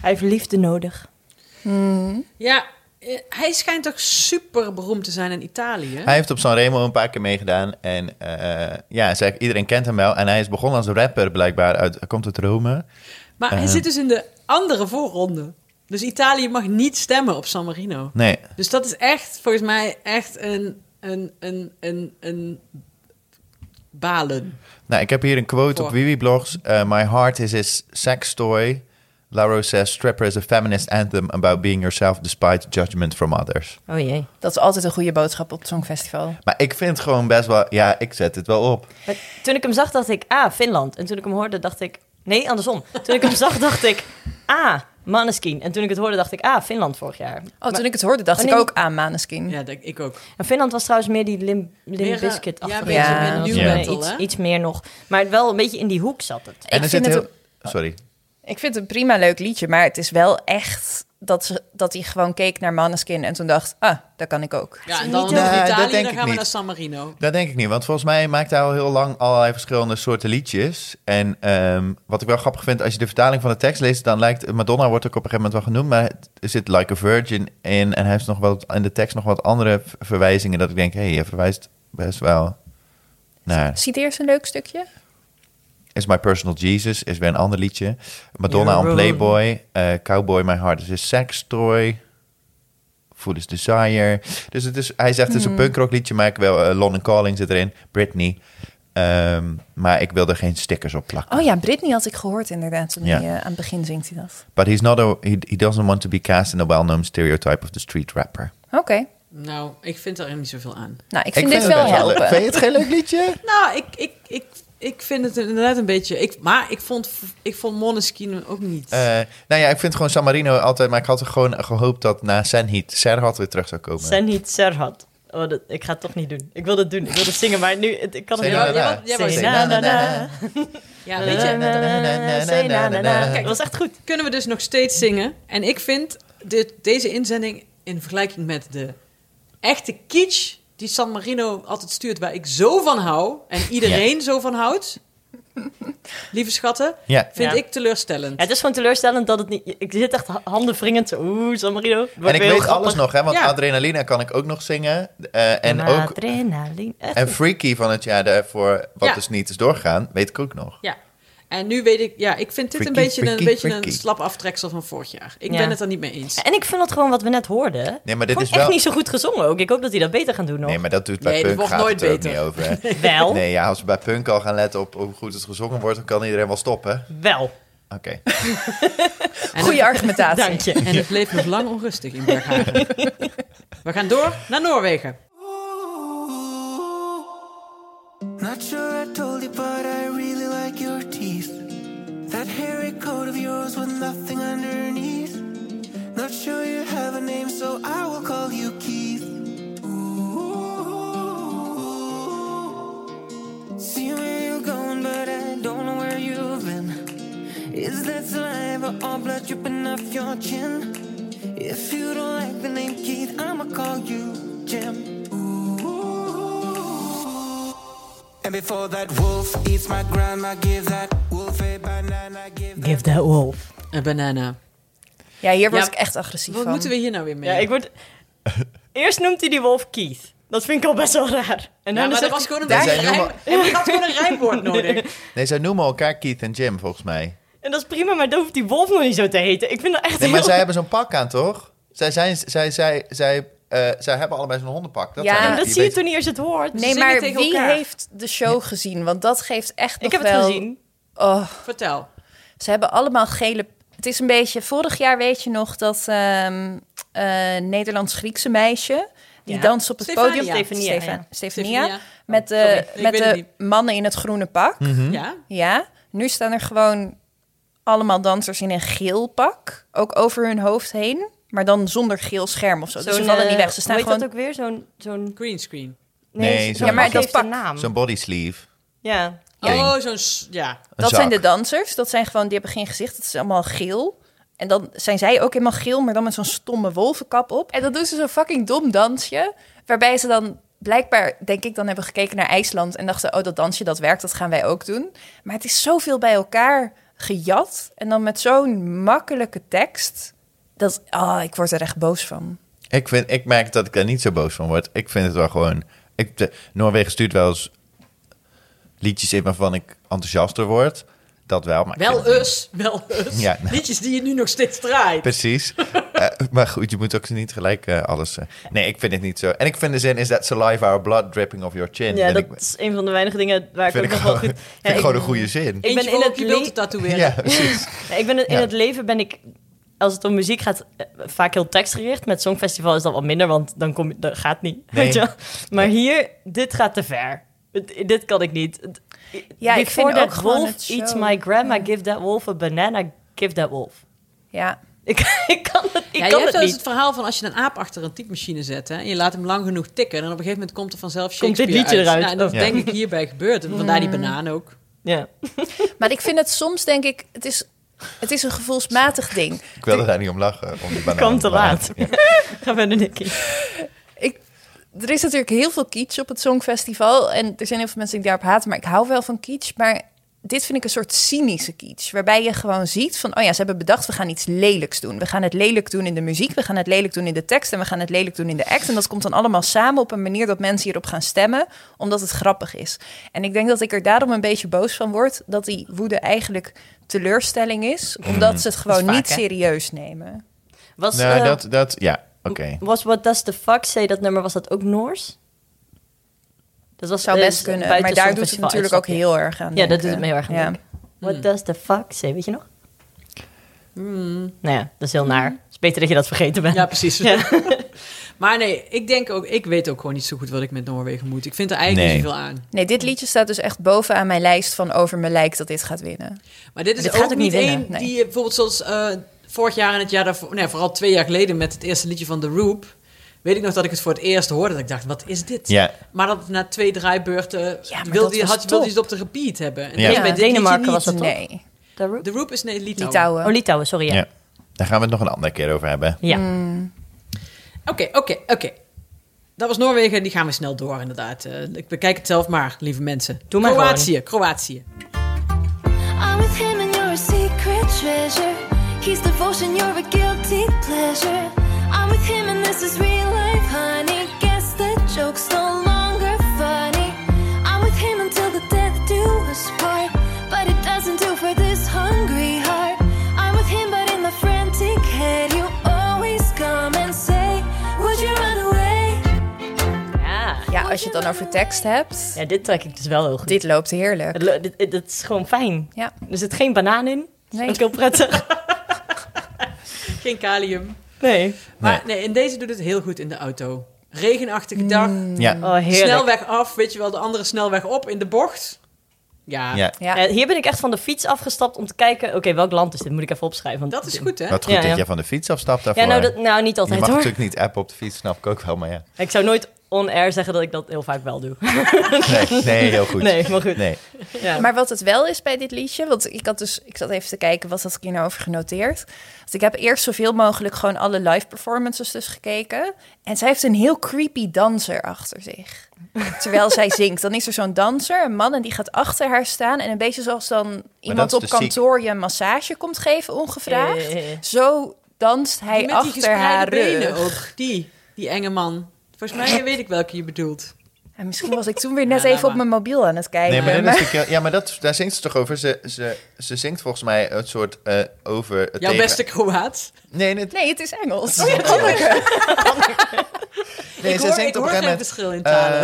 Speaker 2: Hij heeft liefde nodig.
Speaker 4: Ja, eh, hij schijnt toch super beroemd te zijn in Italië.
Speaker 3: Hij heeft op Sanremo een paar keer meegedaan. En eh, ja, zeg, iedereen kent hem wel. En hij is begonnen als rapper blijkbaar. Uit, hij komt uit Rome.
Speaker 4: Maar
Speaker 3: Eh.
Speaker 4: hij zit dus in de andere voorronde. Dus Italië mag niet stemmen op San Marino.
Speaker 3: Nee,
Speaker 4: Dus dat is echt, volgens mij, echt een, een, een, een, een balen.
Speaker 3: Nou, ik heb hier een quote op
Speaker 4: Voor.
Speaker 3: Wiwiblogs. Eh, My heart is his sex toy. Lauro says, stripper is a feminist anthem about being yourself despite judgment from others.
Speaker 2: Oh jee.
Speaker 5: Dat is altijd een goede boodschap op het Songfestival. Oh,
Speaker 3: Maar ik vind gewoon best wel, ja, ik zet het wel op.
Speaker 2: Maar toen ik hem zag, dacht ik, ah, Finland. En toen ik hem hoorde, dacht ik... Nee, andersom. Toen ik hem zag, dacht ik, ah, Maneskin. En toen ik het hoorde, dacht ik, ah, Finland vorig jaar.
Speaker 5: Oh, toen ik het hoorde dacht
Speaker 2: Oh,
Speaker 5: ik
Speaker 2: nee,
Speaker 5: ook aan Maneskin.
Speaker 4: Ja, denk ik ook.
Speaker 2: En Finland was trouwens meer die Lim, lim
Speaker 4: Meer, eh,
Speaker 2: biscuit achtige
Speaker 4: ja,
Speaker 5: beetje
Speaker 4: meer
Speaker 3: new
Speaker 4: metal,
Speaker 2: iets,
Speaker 4: hè?
Speaker 2: iets meer nog. Maar wel een beetje in die hoek zat het.
Speaker 5: Ik
Speaker 3: er
Speaker 5: vind
Speaker 3: zit
Speaker 5: het
Speaker 3: Sorry.
Speaker 5: Ik vind het een prima leuk liedje, maar het is wel echt dat, ze, dat hij gewoon keek naar Maneskin en toen dacht, ah, dat kan ik ook.
Speaker 4: Ja, en dan
Speaker 3: Nee,
Speaker 4: naar
Speaker 3: dat
Speaker 4: Italië,
Speaker 3: denk
Speaker 4: dan
Speaker 3: ik
Speaker 4: gaan we
Speaker 3: niet.
Speaker 4: naar San Marino.
Speaker 3: Dat denk ik niet, want volgens mij maakt hij al heel lang allerlei verschillende soorten liedjes. En ehm, wat ik wel grappig vind, als je de vertaling van de tekst leest, dan lijkt Madonna wordt ook op een gegeven moment wel genoemd, maar er zit Like a Virgin in en hij heeft nog wat in de tekst nog wat andere v- verwijzingen dat ik denk, hé, hey, je verwijst best wel naar.
Speaker 5: Ziet eerst een leuk stukje?
Speaker 3: Is My Personal Jesus is weer een ander liedje. Madonna on Playboy, eh, Cowboy My Heart is a Sex Toy. Foolish Desire. Dus het is, hij zegt het is
Speaker 5: Hmm.
Speaker 3: een punkrock liedje, maar ik wil eh, London Calling zit erin, Britney. Ehm, maar ik wil er geen stickers op plakken.
Speaker 5: Oh ja, Britney had ik gehoord inderdaad. Toen
Speaker 3: Ja.
Speaker 5: hij, eh, aan het begin zingt hij dat.
Speaker 3: But he's not a, he, he doesn't want to be cast in a well-known stereotype of the street rapper.
Speaker 5: Oké,
Speaker 4: Nou, ik vind daar niet zoveel aan.
Speaker 5: nou ik vind dit
Speaker 3: het
Speaker 5: wel
Speaker 3: best leuk.
Speaker 5: helpen.
Speaker 3: Vind je het geen leuk liedje?
Speaker 4: Nou, ik, ik, ik, ik vind het inderdaad een beetje... Ik, maar ik vond, ik vond Måneskin ook niet.
Speaker 3: Eh, nou ja, ik vind gewoon San Marino altijd, maar ik had er gewoon gehoopt dat na Senhit Serhat weer terug zou komen.
Speaker 2: Senhit Serhat. Oh, dat, ik ga het toch niet doen. Ik wil het doen. Ik wil het zingen, maar nu... het- ik kan het
Speaker 3: Say
Speaker 2: niet.
Speaker 3: na, na, na.
Speaker 4: jij wou-
Speaker 3: Say
Speaker 2: na, na, na.
Speaker 4: ja,
Speaker 2: Weet je? Say na, na, na. Kijk, dat was echt goed.
Speaker 4: kunnen we dus nog steeds zingen. En ik vind dit, deze inzending in vergelijking met de echte kitsch die San Marino altijd stuurt, waar ik zo van hou en iedereen zo van houdt. Lieve schatten,
Speaker 3: Ja.
Speaker 4: vind
Speaker 2: Ja.
Speaker 4: ik teleurstellend.
Speaker 2: Ja, het is gewoon teleurstellend dat het niet... Ik zit echt ha- handen wringend. zo, Oeh, San Marino. het wordt
Speaker 3: En ik
Speaker 2: weer heel
Speaker 3: weet alles
Speaker 2: grappig.
Speaker 3: nog, hè? Want
Speaker 4: Ja.
Speaker 3: Adrenalina kan ik ook nog zingen. eh, en ook
Speaker 2: Adrenaline. Echt
Speaker 3: en Freaky van het jaar daarvoor, wat
Speaker 4: Ja.
Speaker 3: dus niet is doorgaan, weet ik ook nog.
Speaker 4: Ja. En nu weet ik, ja, ik vind dit
Speaker 3: Freaky,
Speaker 4: een beetje,
Speaker 3: freaky,
Speaker 4: een, beetje
Speaker 3: freaky.
Speaker 4: een slap aftreksel van vorig jaar. Ik
Speaker 2: Ja.
Speaker 4: ben het er niet mee eens.
Speaker 2: En ik vind dat gewoon wat we net hoorden.
Speaker 3: Nee, maar dit
Speaker 2: gewoon
Speaker 3: is
Speaker 2: echt
Speaker 3: wel-
Speaker 2: niet zo goed gezongen ook. Ik hoop dat die dat beter gaan doen nog.
Speaker 3: Nee, maar dat doet bij
Speaker 4: Nee, dat
Speaker 3: punk
Speaker 4: wordt
Speaker 3: gaat
Speaker 4: nooit
Speaker 3: het ook
Speaker 4: beter.
Speaker 3: niet over. hè?
Speaker 2: Wel,
Speaker 3: Nee, ja, als we bij punk al gaan letten op hoe goed het gezongen wordt, dan kan iedereen wel stoppen.
Speaker 2: wel.
Speaker 3: Oké.
Speaker 4: En
Speaker 5: Goede
Speaker 4: het,
Speaker 5: argumentatie.
Speaker 2: Dank je.
Speaker 4: en het bleef nog lang onrustig in Berghagen. We gaan door naar Noorwegen.
Speaker 6: Not sure I told you, but I really like your teeth. That hairy coat of yours with nothing underneath. Not sure you have a name, so I will call you Keith. Ooh. See where you're going, but I don't know where you've been. Is that saliva or blood dripping off your chin? If you don't like the name Keith, I'ma call you Jim. Ooh. And before that wolf eats my grandma, give that wolf a banana, give that.
Speaker 2: that wolf.
Speaker 4: Een banana.
Speaker 5: Ja, hier was
Speaker 4: Ja,
Speaker 5: ik echt agressief
Speaker 4: Wat
Speaker 5: van.
Speaker 4: moeten we hier nou weer mee?
Speaker 2: Ja, ik word... Eerst noemt hij die wolf Keith. Dat vind ik al best wel raar.
Speaker 4: Ja,
Speaker 2: En dan
Speaker 4: maar
Speaker 2: is
Speaker 4: dat
Speaker 2: het...
Speaker 4: was gewoon een
Speaker 3: Daar
Speaker 4: beetje
Speaker 3: zijn
Speaker 4: rijm.
Speaker 3: helemaal-
Speaker 4: Ja, maar je had gewoon een rijmwoord nodig.
Speaker 3: Nee, zij noemen elkaar Keith en Jim, volgens mij.
Speaker 2: En dat is prima, maar dan hoeft die wolf nog niet zo te heten. Ik vind dat echt
Speaker 3: Nee, maar
Speaker 2: heel...
Speaker 3: zij hebben zo'n pak aan, toch? Zij, zijn, zij, zij, zij, eh, zij hebben allebei zo'n hondenpak. Dat
Speaker 5: Ja,
Speaker 3: zijn
Speaker 5: en
Speaker 2: Dat
Speaker 3: die
Speaker 2: zie je
Speaker 3: weten-
Speaker 2: toen niet als je het hoort.
Speaker 5: Nee,
Speaker 4: zingen
Speaker 5: maar
Speaker 4: tegen
Speaker 5: wie
Speaker 4: elkaar.
Speaker 5: heeft de show gezien? Want dat geeft echt
Speaker 2: Ik
Speaker 5: nog
Speaker 2: heb het
Speaker 5: wel...
Speaker 2: gezien.
Speaker 5: Oh,
Speaker 4: Vertel.
Speaker 5: ze hebben allemaal gele... Het is een beetje... Vorig jaar weet je nog dat ehm, eh, Nederlands-Griekse meisje... Die
Speaker 2: Ja.
Speaker 5: danst op het
Speaker 4: Stefania.
Speaker 5: podium.
Speaker 2: Stefania,
Speaker 5: Stefa-
Speaker 2: ja.
Speaker 5: Stefania.
Speaker 4: Stefania. Oh,
Speaker 5: Met
Speaker 4: sorry.
Speaker 5: de,
Speaker 4: Ik
Speaker 5: met
Speaker 4: weet het Mhm.
Speaker 5: de mannen in het groene pak.
Speaker 3: Mhm.
Speaker 4: Ja?
Speaker 5: Ja, nu staan er gewoon allemaal dansers in een geel pak. Ook over hun hoofd heen. Maar dan zonder geel scherm of zo. dus ze vallen
Speaker 4: eh,
Speaker 5: niet weg. Ze staan
Speaker 2: weet
Speaker 5: gewoon...
Speaker 2: eh, dat ook weer? Zo'n... zo'n
Speaker 4: Greenscreen.
Speaker 3: Nee,
Speaker 2: nee,
Speaker 3: zo'n-
Speaker 2: zo'n
Speaker 3: Ja, maar
Speaker 2: het
Speaker 5: dat
Speaker 2: heeft een
Speaker 5: pak.
Speaker 2: naam.
Speaker 3: Zo'n body sleeve.
Speaker 2: Ja.
Speaker 3: Ding.
Speaker 4: Oh, zo'n... s- Ja.
Speaker 5: Dat zijn de
Speaker 3: zak.
Speaker 5: dansers. Dat zijn gewoon, die hebben geen gezicht. Dat is allemaal geel. En dan zijn zij ook helemaal geel, maar dan met zo'n stomme wolvenkap op. En dan doen ze zo'n fucking dom dansje. Waarbij ze dan blijkbaar, denk ik, dan hebben gekeken naar IJsland. En dachten, oh, dat dansje, dat werkt, dat gaan wij ook doen. Maar het is zoveel bij elkaar gejat. En dan met zo'n makkelijke tekst. Dat, oh, ik word er echt boos van.
Speaker 3: Ik, vind, ik merk dat ik daar niet zo boos van word. Ik vind het wel gewoon... Ik, de- Noorwegen stuurt wel eens liedjes in waarvan ik enthousiaster word. Dat wel, maar... ik
Speaker 4: Wel
Speaker 3: vind het niet-
Speaker 4: us. Wel us.
Speaker 3: Ja, nou.
Speaker 4: Liedjes die je nu nog steeds draait.
Speaker 3: Precies. Eh, maar goed, je moet ook niet gelijk eh, alles... eh, nee, ik vind het niet zo. En ik vind de zin, is that saliva or blood dripping off your chin?
Speaker 2: Ja,
Speaker 3: Ben
Speaker 2: dat
Speaker 3: ik,
Speaker 2: is een van de weinige dingen waar ik ook
Speaker 3: vind ik
Speaker 2: nog wel
Speaker 3: gewoon,
Speaker 2: goed...
Speaker 3: vind
Speaker 2: Ja,
Speaker 3: ik gewoon een goede zin.
Speaker 2: ben
Speaker 4: Ik ben
Speaker 2: in
Speaker 4: in
Speaker 2: het
Speaker 4: het beeld
Speaker 2: le-
Speaker 4: te tatoeëren.
Speaker 3: Ja, precies.
Speaker 2: Ja, Ik ben het- in
Speaker 3: Ja.
Speaker 2: het leven ben ik, als het om muziek gaat, eh, vaak heel tekstgericht. Met Songfestival is dat wat minder, want dan kom je, dat gaat niet.
Speaker 3: Nee.
Speaker 2: Weet je? wel. Maar hier, dit gaat te ver. Het- dit kan ik niet. Het-
Speaker 5: Ja, ik
Speaker 2: Before
Speaker 5: vind
Speaker 2: that
Speaker 5: ook gewoon het
Speaker 2: wolf
Speaker 5: zo-
Speaker 2: eats my grandma, give that wolf a banana, give that wolf.
Speaker 5: Ja.
Speaker 2: Ik, ik kan het, ik
Speaker 4: Ja, je
Speaker 2: kan
Speaker 4: hebt wel
Speaker 2: het
Speaker 4: eens
Speaker 2: niet.
Speaker 4: het verhaal van als je een aap achter een typemachine zet hè, en je laat hem lang genoeg tikken, en op een gegeven moment komt er vanzelf
Speaker 2: Komt dit
Speaker 4: Shakespeare
Speaker 2: liedje
Speaker 4: uit.
Speaker 2: eruit.
Speaker 4: Nou, en dat
Speaker 3: Ja.
Speaker 4: denk ik hierbij gebeurt. En Vandaar die banaan ook.
Speaker 2: Ja.
Speaker 5: Maar ik vind het soms, denk ik, het is, het is een gevoelsmatig ding.
Speaker 3: Ik wilde daar niet om lachen. Om die banaan.
Speaker 2: kwam te
Speaker 3: Maar,
Speaker 2: laat.
Speaker 3: ja.
Speaker 2: Ga verder, Nicky.
Speaker 5: Ik, er is natuurlijk heel veel kitsch op het Songfestival. En er zijn heel veel mensen die daarop haten. Maar ik hou wel van kitsch. Maar dit vind ik een soort cynische kitsch. Waarbij je gewoon ziet van... oh ja, ze hebben bedacht, we gaan iets lelijks doen. We gaan het lelijk doen in de muziek. We gaan het lelijk doen in de tekst. En we gaan het lelijk doen in de act. En dat komt dan allemaal samen op een manier dat mensen hierop gaan stemmen. Omdat het grappig is. En ik denk dat ik er daarom een beetje boos van word... dat die woede eigenlijk teleurstelling is. Omdat ze het gewoon
Speaker 2: vaak,
Speaker 5: niet
Speaker 2: hè?
Speaker 5: serieus nemen.
Speaker 2: Was,
Speaker 3: Nou,
Speaker 2: eh,
Speaker 3: dat, dat, ja, oké.
Speaker 2: was What Does The Fuck Say, dat nummer, was dat ook Noors? Dat was,
Speaker 5: Zou
Speaker 2: eh,
Speaker 5: best kunnen.
Speaker 2: buiten
Speaker 5: Maar daar doet het
Speaker 2: Songfestival
Speaker 5: natuurlijk ook
Speaker 2: uitstapje.
Speaker 5: heel erg aan
Speaker 2: Ja, dat
Speaker 5: denken.
Speaker 2: doet het me heel erg aan
Speaker 5: Ja.
Speaker 2: denken. What does the fuck say, weet je nog?
Speaker 5: Hmm.
Speaker 2: Nou ja, dat is heel naar. Het is beter dat je dat vergeten bent.
Speaker 4: Ja, precies. maar nee, ik denk ook, ik weet ook gewoon niet zo goed wat ik met Noorwegen moet. Ik vind er eigenlijk
Speaker 3: Nee.
Speaker 4: niet zoveel aan.
Speaker 5: Nee, dit liedje staat dus echt bovenaan mijn lijst van over mijn lijk dat dit gaat winnen.
Speaker 4: Maar dit is
Speaker 2: Dit
Speaker 4: ook,
Speaker 2: gaat ook
Speaker 4: niet
Speaker 2: niet winnen,
Speaker 4: één
Speaker 5: nee.
Speaker 4: die je bijvoorbeeld zoals eh, vorig jaar en het jaar daarvoor, nee, vooral twee jaar geleden met het eerste liedje van The Roop. Weet ik nog dat ik het voor het eerst hoorde. Dat ik dacht, wat is dit?
Speaker 3: Ja.
Speaker 4: Maar dat na twee draaibeurten
Speaker 5: Ja, maar
Speaker 4: wilde
Speaker 5: dat
Speaker 4: je,
Speaker 5: was
Speaker 4: had, wilde je
Speaker 5: top.
Speaker 4: het op de repeat hebben. En
Speaker 3: Ja.
Speaker 4: dat is
Speaker 3: Ja,
Speaker 4: bij dit
Speaker 2: Denemarken
Speaker 4: liedje
Speaker 2: was
Speaker 4: niet.
Speaker 2: dat toch?
Speaker 5: Nee,
Speaker 2: Daarover?
Speaker 4: The Roop is nee, Litouwen.
Speaker 5: Litouwen.
Speaker 2: Oh, Litouwen, sorry. Ja.
Speaker 3: Ja.
Speaker 2: ja.
Speaker 3: Daar gaan we het nog een andere keer over hebben.
Speaker 5: Hmm.
Speaker 4: Oké, oké, oké. Dat was Noorwegen, die gaan we snel door inderdaad. Eh, ik bekijk het zelf maar, lieve mensen.
Speaker 2: Doe maar
Speaker 4: Kroatië, Kroatië.
Speaker 7: I'm with him and you're a secret treasure. He's devotion, you're a guilty pleasure. I'm with him and this is real life, honey. Guess the joke's no longer funny. I'm with him until the death do us part, but it doesn't do for this hungry heart. I'm with him, but in the frantic head, you always come and say, Would you run away?
Speaker 2: Ja.
Speaker 5: ja, als je het dan over tekst hebt,
Speaker 2: dit trek ik dus wel heel goed.
Speaker 5: dit loopt
Speaker 2: Het
Speaker 5: heerlijk.
Speaker 2: lo- dit- dit- Dat is gewoon fijn.
Speaker 5: Ja,
Speaker 2: Er zit geen banaan in.
Speaker 5: Nee.
Speaker 2: Dat is heel prettig.
Speaker 4: Geen kalium.
Speaker 2: Nee.
Speaker 4: Maar nee, en deze doet het heel goed in de auto. Regenachtige dag,
Speaker 3: Ja.
Speaker 2: Oh, heerlijk.
Speaker 4: snelweg af, weet je wel, de andere snelweg op in de bocht. Ja,
Speaker 3: ja.
Speaker 5: ja.
Speaker 2: Eh, hier ben ik echt van de fiets afgestapt om te kijken... Oké, welk land is dit? Moet ik even opschrijven. want-
Speaker 4: dat is goed hè?
Speaker 3: Wat goed
Speaker 2: Ja, ja.
Speaker 3: dat jij van de fiets afstapt daarvoor.
Speaker 2: Ja, nou, dat, nou niet
Speaker 3: je
Speaker 2: altijd
Speaker 3: mag
Speaker 2: hoor.
Speaker 3: natuurlijk niet appen op de fiets, snap ik ook wel, maar ja.
Speaker 2: Ik zou nooit on-air zeggen dat ik dat heel vaak wel doe.
Speaker 3: Nee, nee heel goed.
Speaker 2: Nee, maar goed.
Speaker 3: Nee.
Speaker 2: Ja.
Speaker 5: Maar wat het wel is bij dit liedje, want ik had dus, ik zat even te kijken wat had ik hier nou over genoteerd. Dus ik heb eerst zoveel mogelijk gewoon alle live performances dus gekeken. En zij heeft een heel creepy danser achter zich. Terwijl zij zingt, dan is er zo'n danser, een man, en die gaat achter haar staan. En een beetje zoals dan iemand
Speaker 3: is
Speaker 5: op
Speaker 3: de ziek-
Speaker 5: kantoor je een massage komt geven, ongevraagd.
Speaker 2: Eh, eh, eh.
Speaker 5: Zo danst hij
Speaker 4: Die met die
Speaker 5: achter haar
Speaker 4: gespreide
Speaker 5: rug.
Speaker 4: benen ook. Die, die enge man. Volgens mij weet ik welke je bedoelt.
Speaker 5: En misschien was ik toen weer net
Speaker 4: Ja,
Speaker 5: even
Speaker 4: laat
Speaker 5: op mijn mobiel aan het kijken.
Speaker 3: Nee,
Speaker 2: eh,
Speaker 3: maar, dat
Speaker 5: maar-
Speaker 3: is natuurlijk heel- ja, maar dat, daar zingt ze toch over? Ze, ze, ze zingt volgens mij een soort eh, over... het
Speaker 4: Jouw
Speaker 3: tegen-
Speaker 4: beste Kroaat.
Speaker 3: Nee, nee,
Speaker 5: nee, het is Engels.
Speaker 3: nee
Speaker 4: ik
Speaker 3: ze
Speaker 4: hoor,
Speaker 3: zingt
Speaker 4: ik
Speaker 3: op
Speaker 4: hoor geen
Speaker 3: een gegeven moment...
Speaker 4: verschil in talen.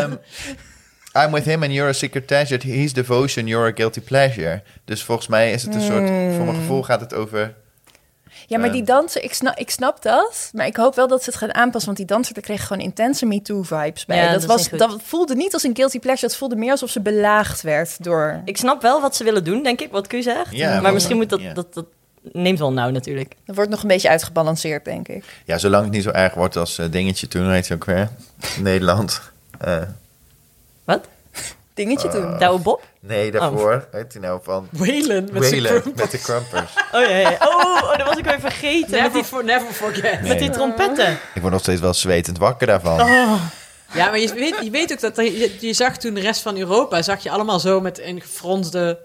Speaker 3: Ehm, I'm with him and you're a secret treasure. He's devotion, you're a guilty pleasure. Dus volgens mij is het een soort...
Speaker 2: Hmm.
Speaker 3: Voor mijn gevoel gaat het over...
Speaker 5: Ja, maar
Speaker 3: Eh.
Speaker 5: die dansen, ik snap, ik snap dat. Maar ik hoop wel dat ze het gaan aanpassen. Want die danser, daar kreeg gewoon intense MeToo-vibes bij.
Speaker 2: Ja, dat
Speaker 5: dat,
Speaker 2: is
Speaker 5: was,
Speaker 2: niet goed.
Speaker 5: dat voelde niet als een guilty pleasure. Dat voelde meer alsof ze belaagd werd door...
Speaker 2: Ik snap wel wat ze willen doen, denk ik, wat Q zegt.
Speaker 3: Ja,
Speaker 2: maar
Speaker 3: want-
Speaker 2: misschien moet dat,
Speaker 3: ja.
Speaker 2: dat, dat... Neemt wel nou natuurlijk.
Speaker 5: Dat wordt nog een beetje uitgebalanceerd, denk ik.
Speaker 3: Ja, zolang het niet zo erg wordt als eh, dingetje toen, heet ze ook weer. Nederland. Eh,
Speaker 2: Wat?
Speaker 5: Dingetje doen.
Speaker 2: Douwe Bob?
Speaker 3: nee, daarvoor. Heet hij nou van...
Speaker 4: Whalen met zijn
Speaker 3: Whalen
Speaker 4: krump.
Speaker 3: met de crumpers.
Speaker 2: Oh ja, ja. Oh, oh, dat was ik weer vergeten. Met die,
Speaker 4: Never, for, never forget.
Speaker 2: met die trompetten.
Speaker 3: Ik word nog steeds wel zwetend wakker daarvan.
Speaker 4: Ja, maar je weet, je weet ook dat er- je, je zag toen de rest van Europa, zag je allemaal zo met een gefronste...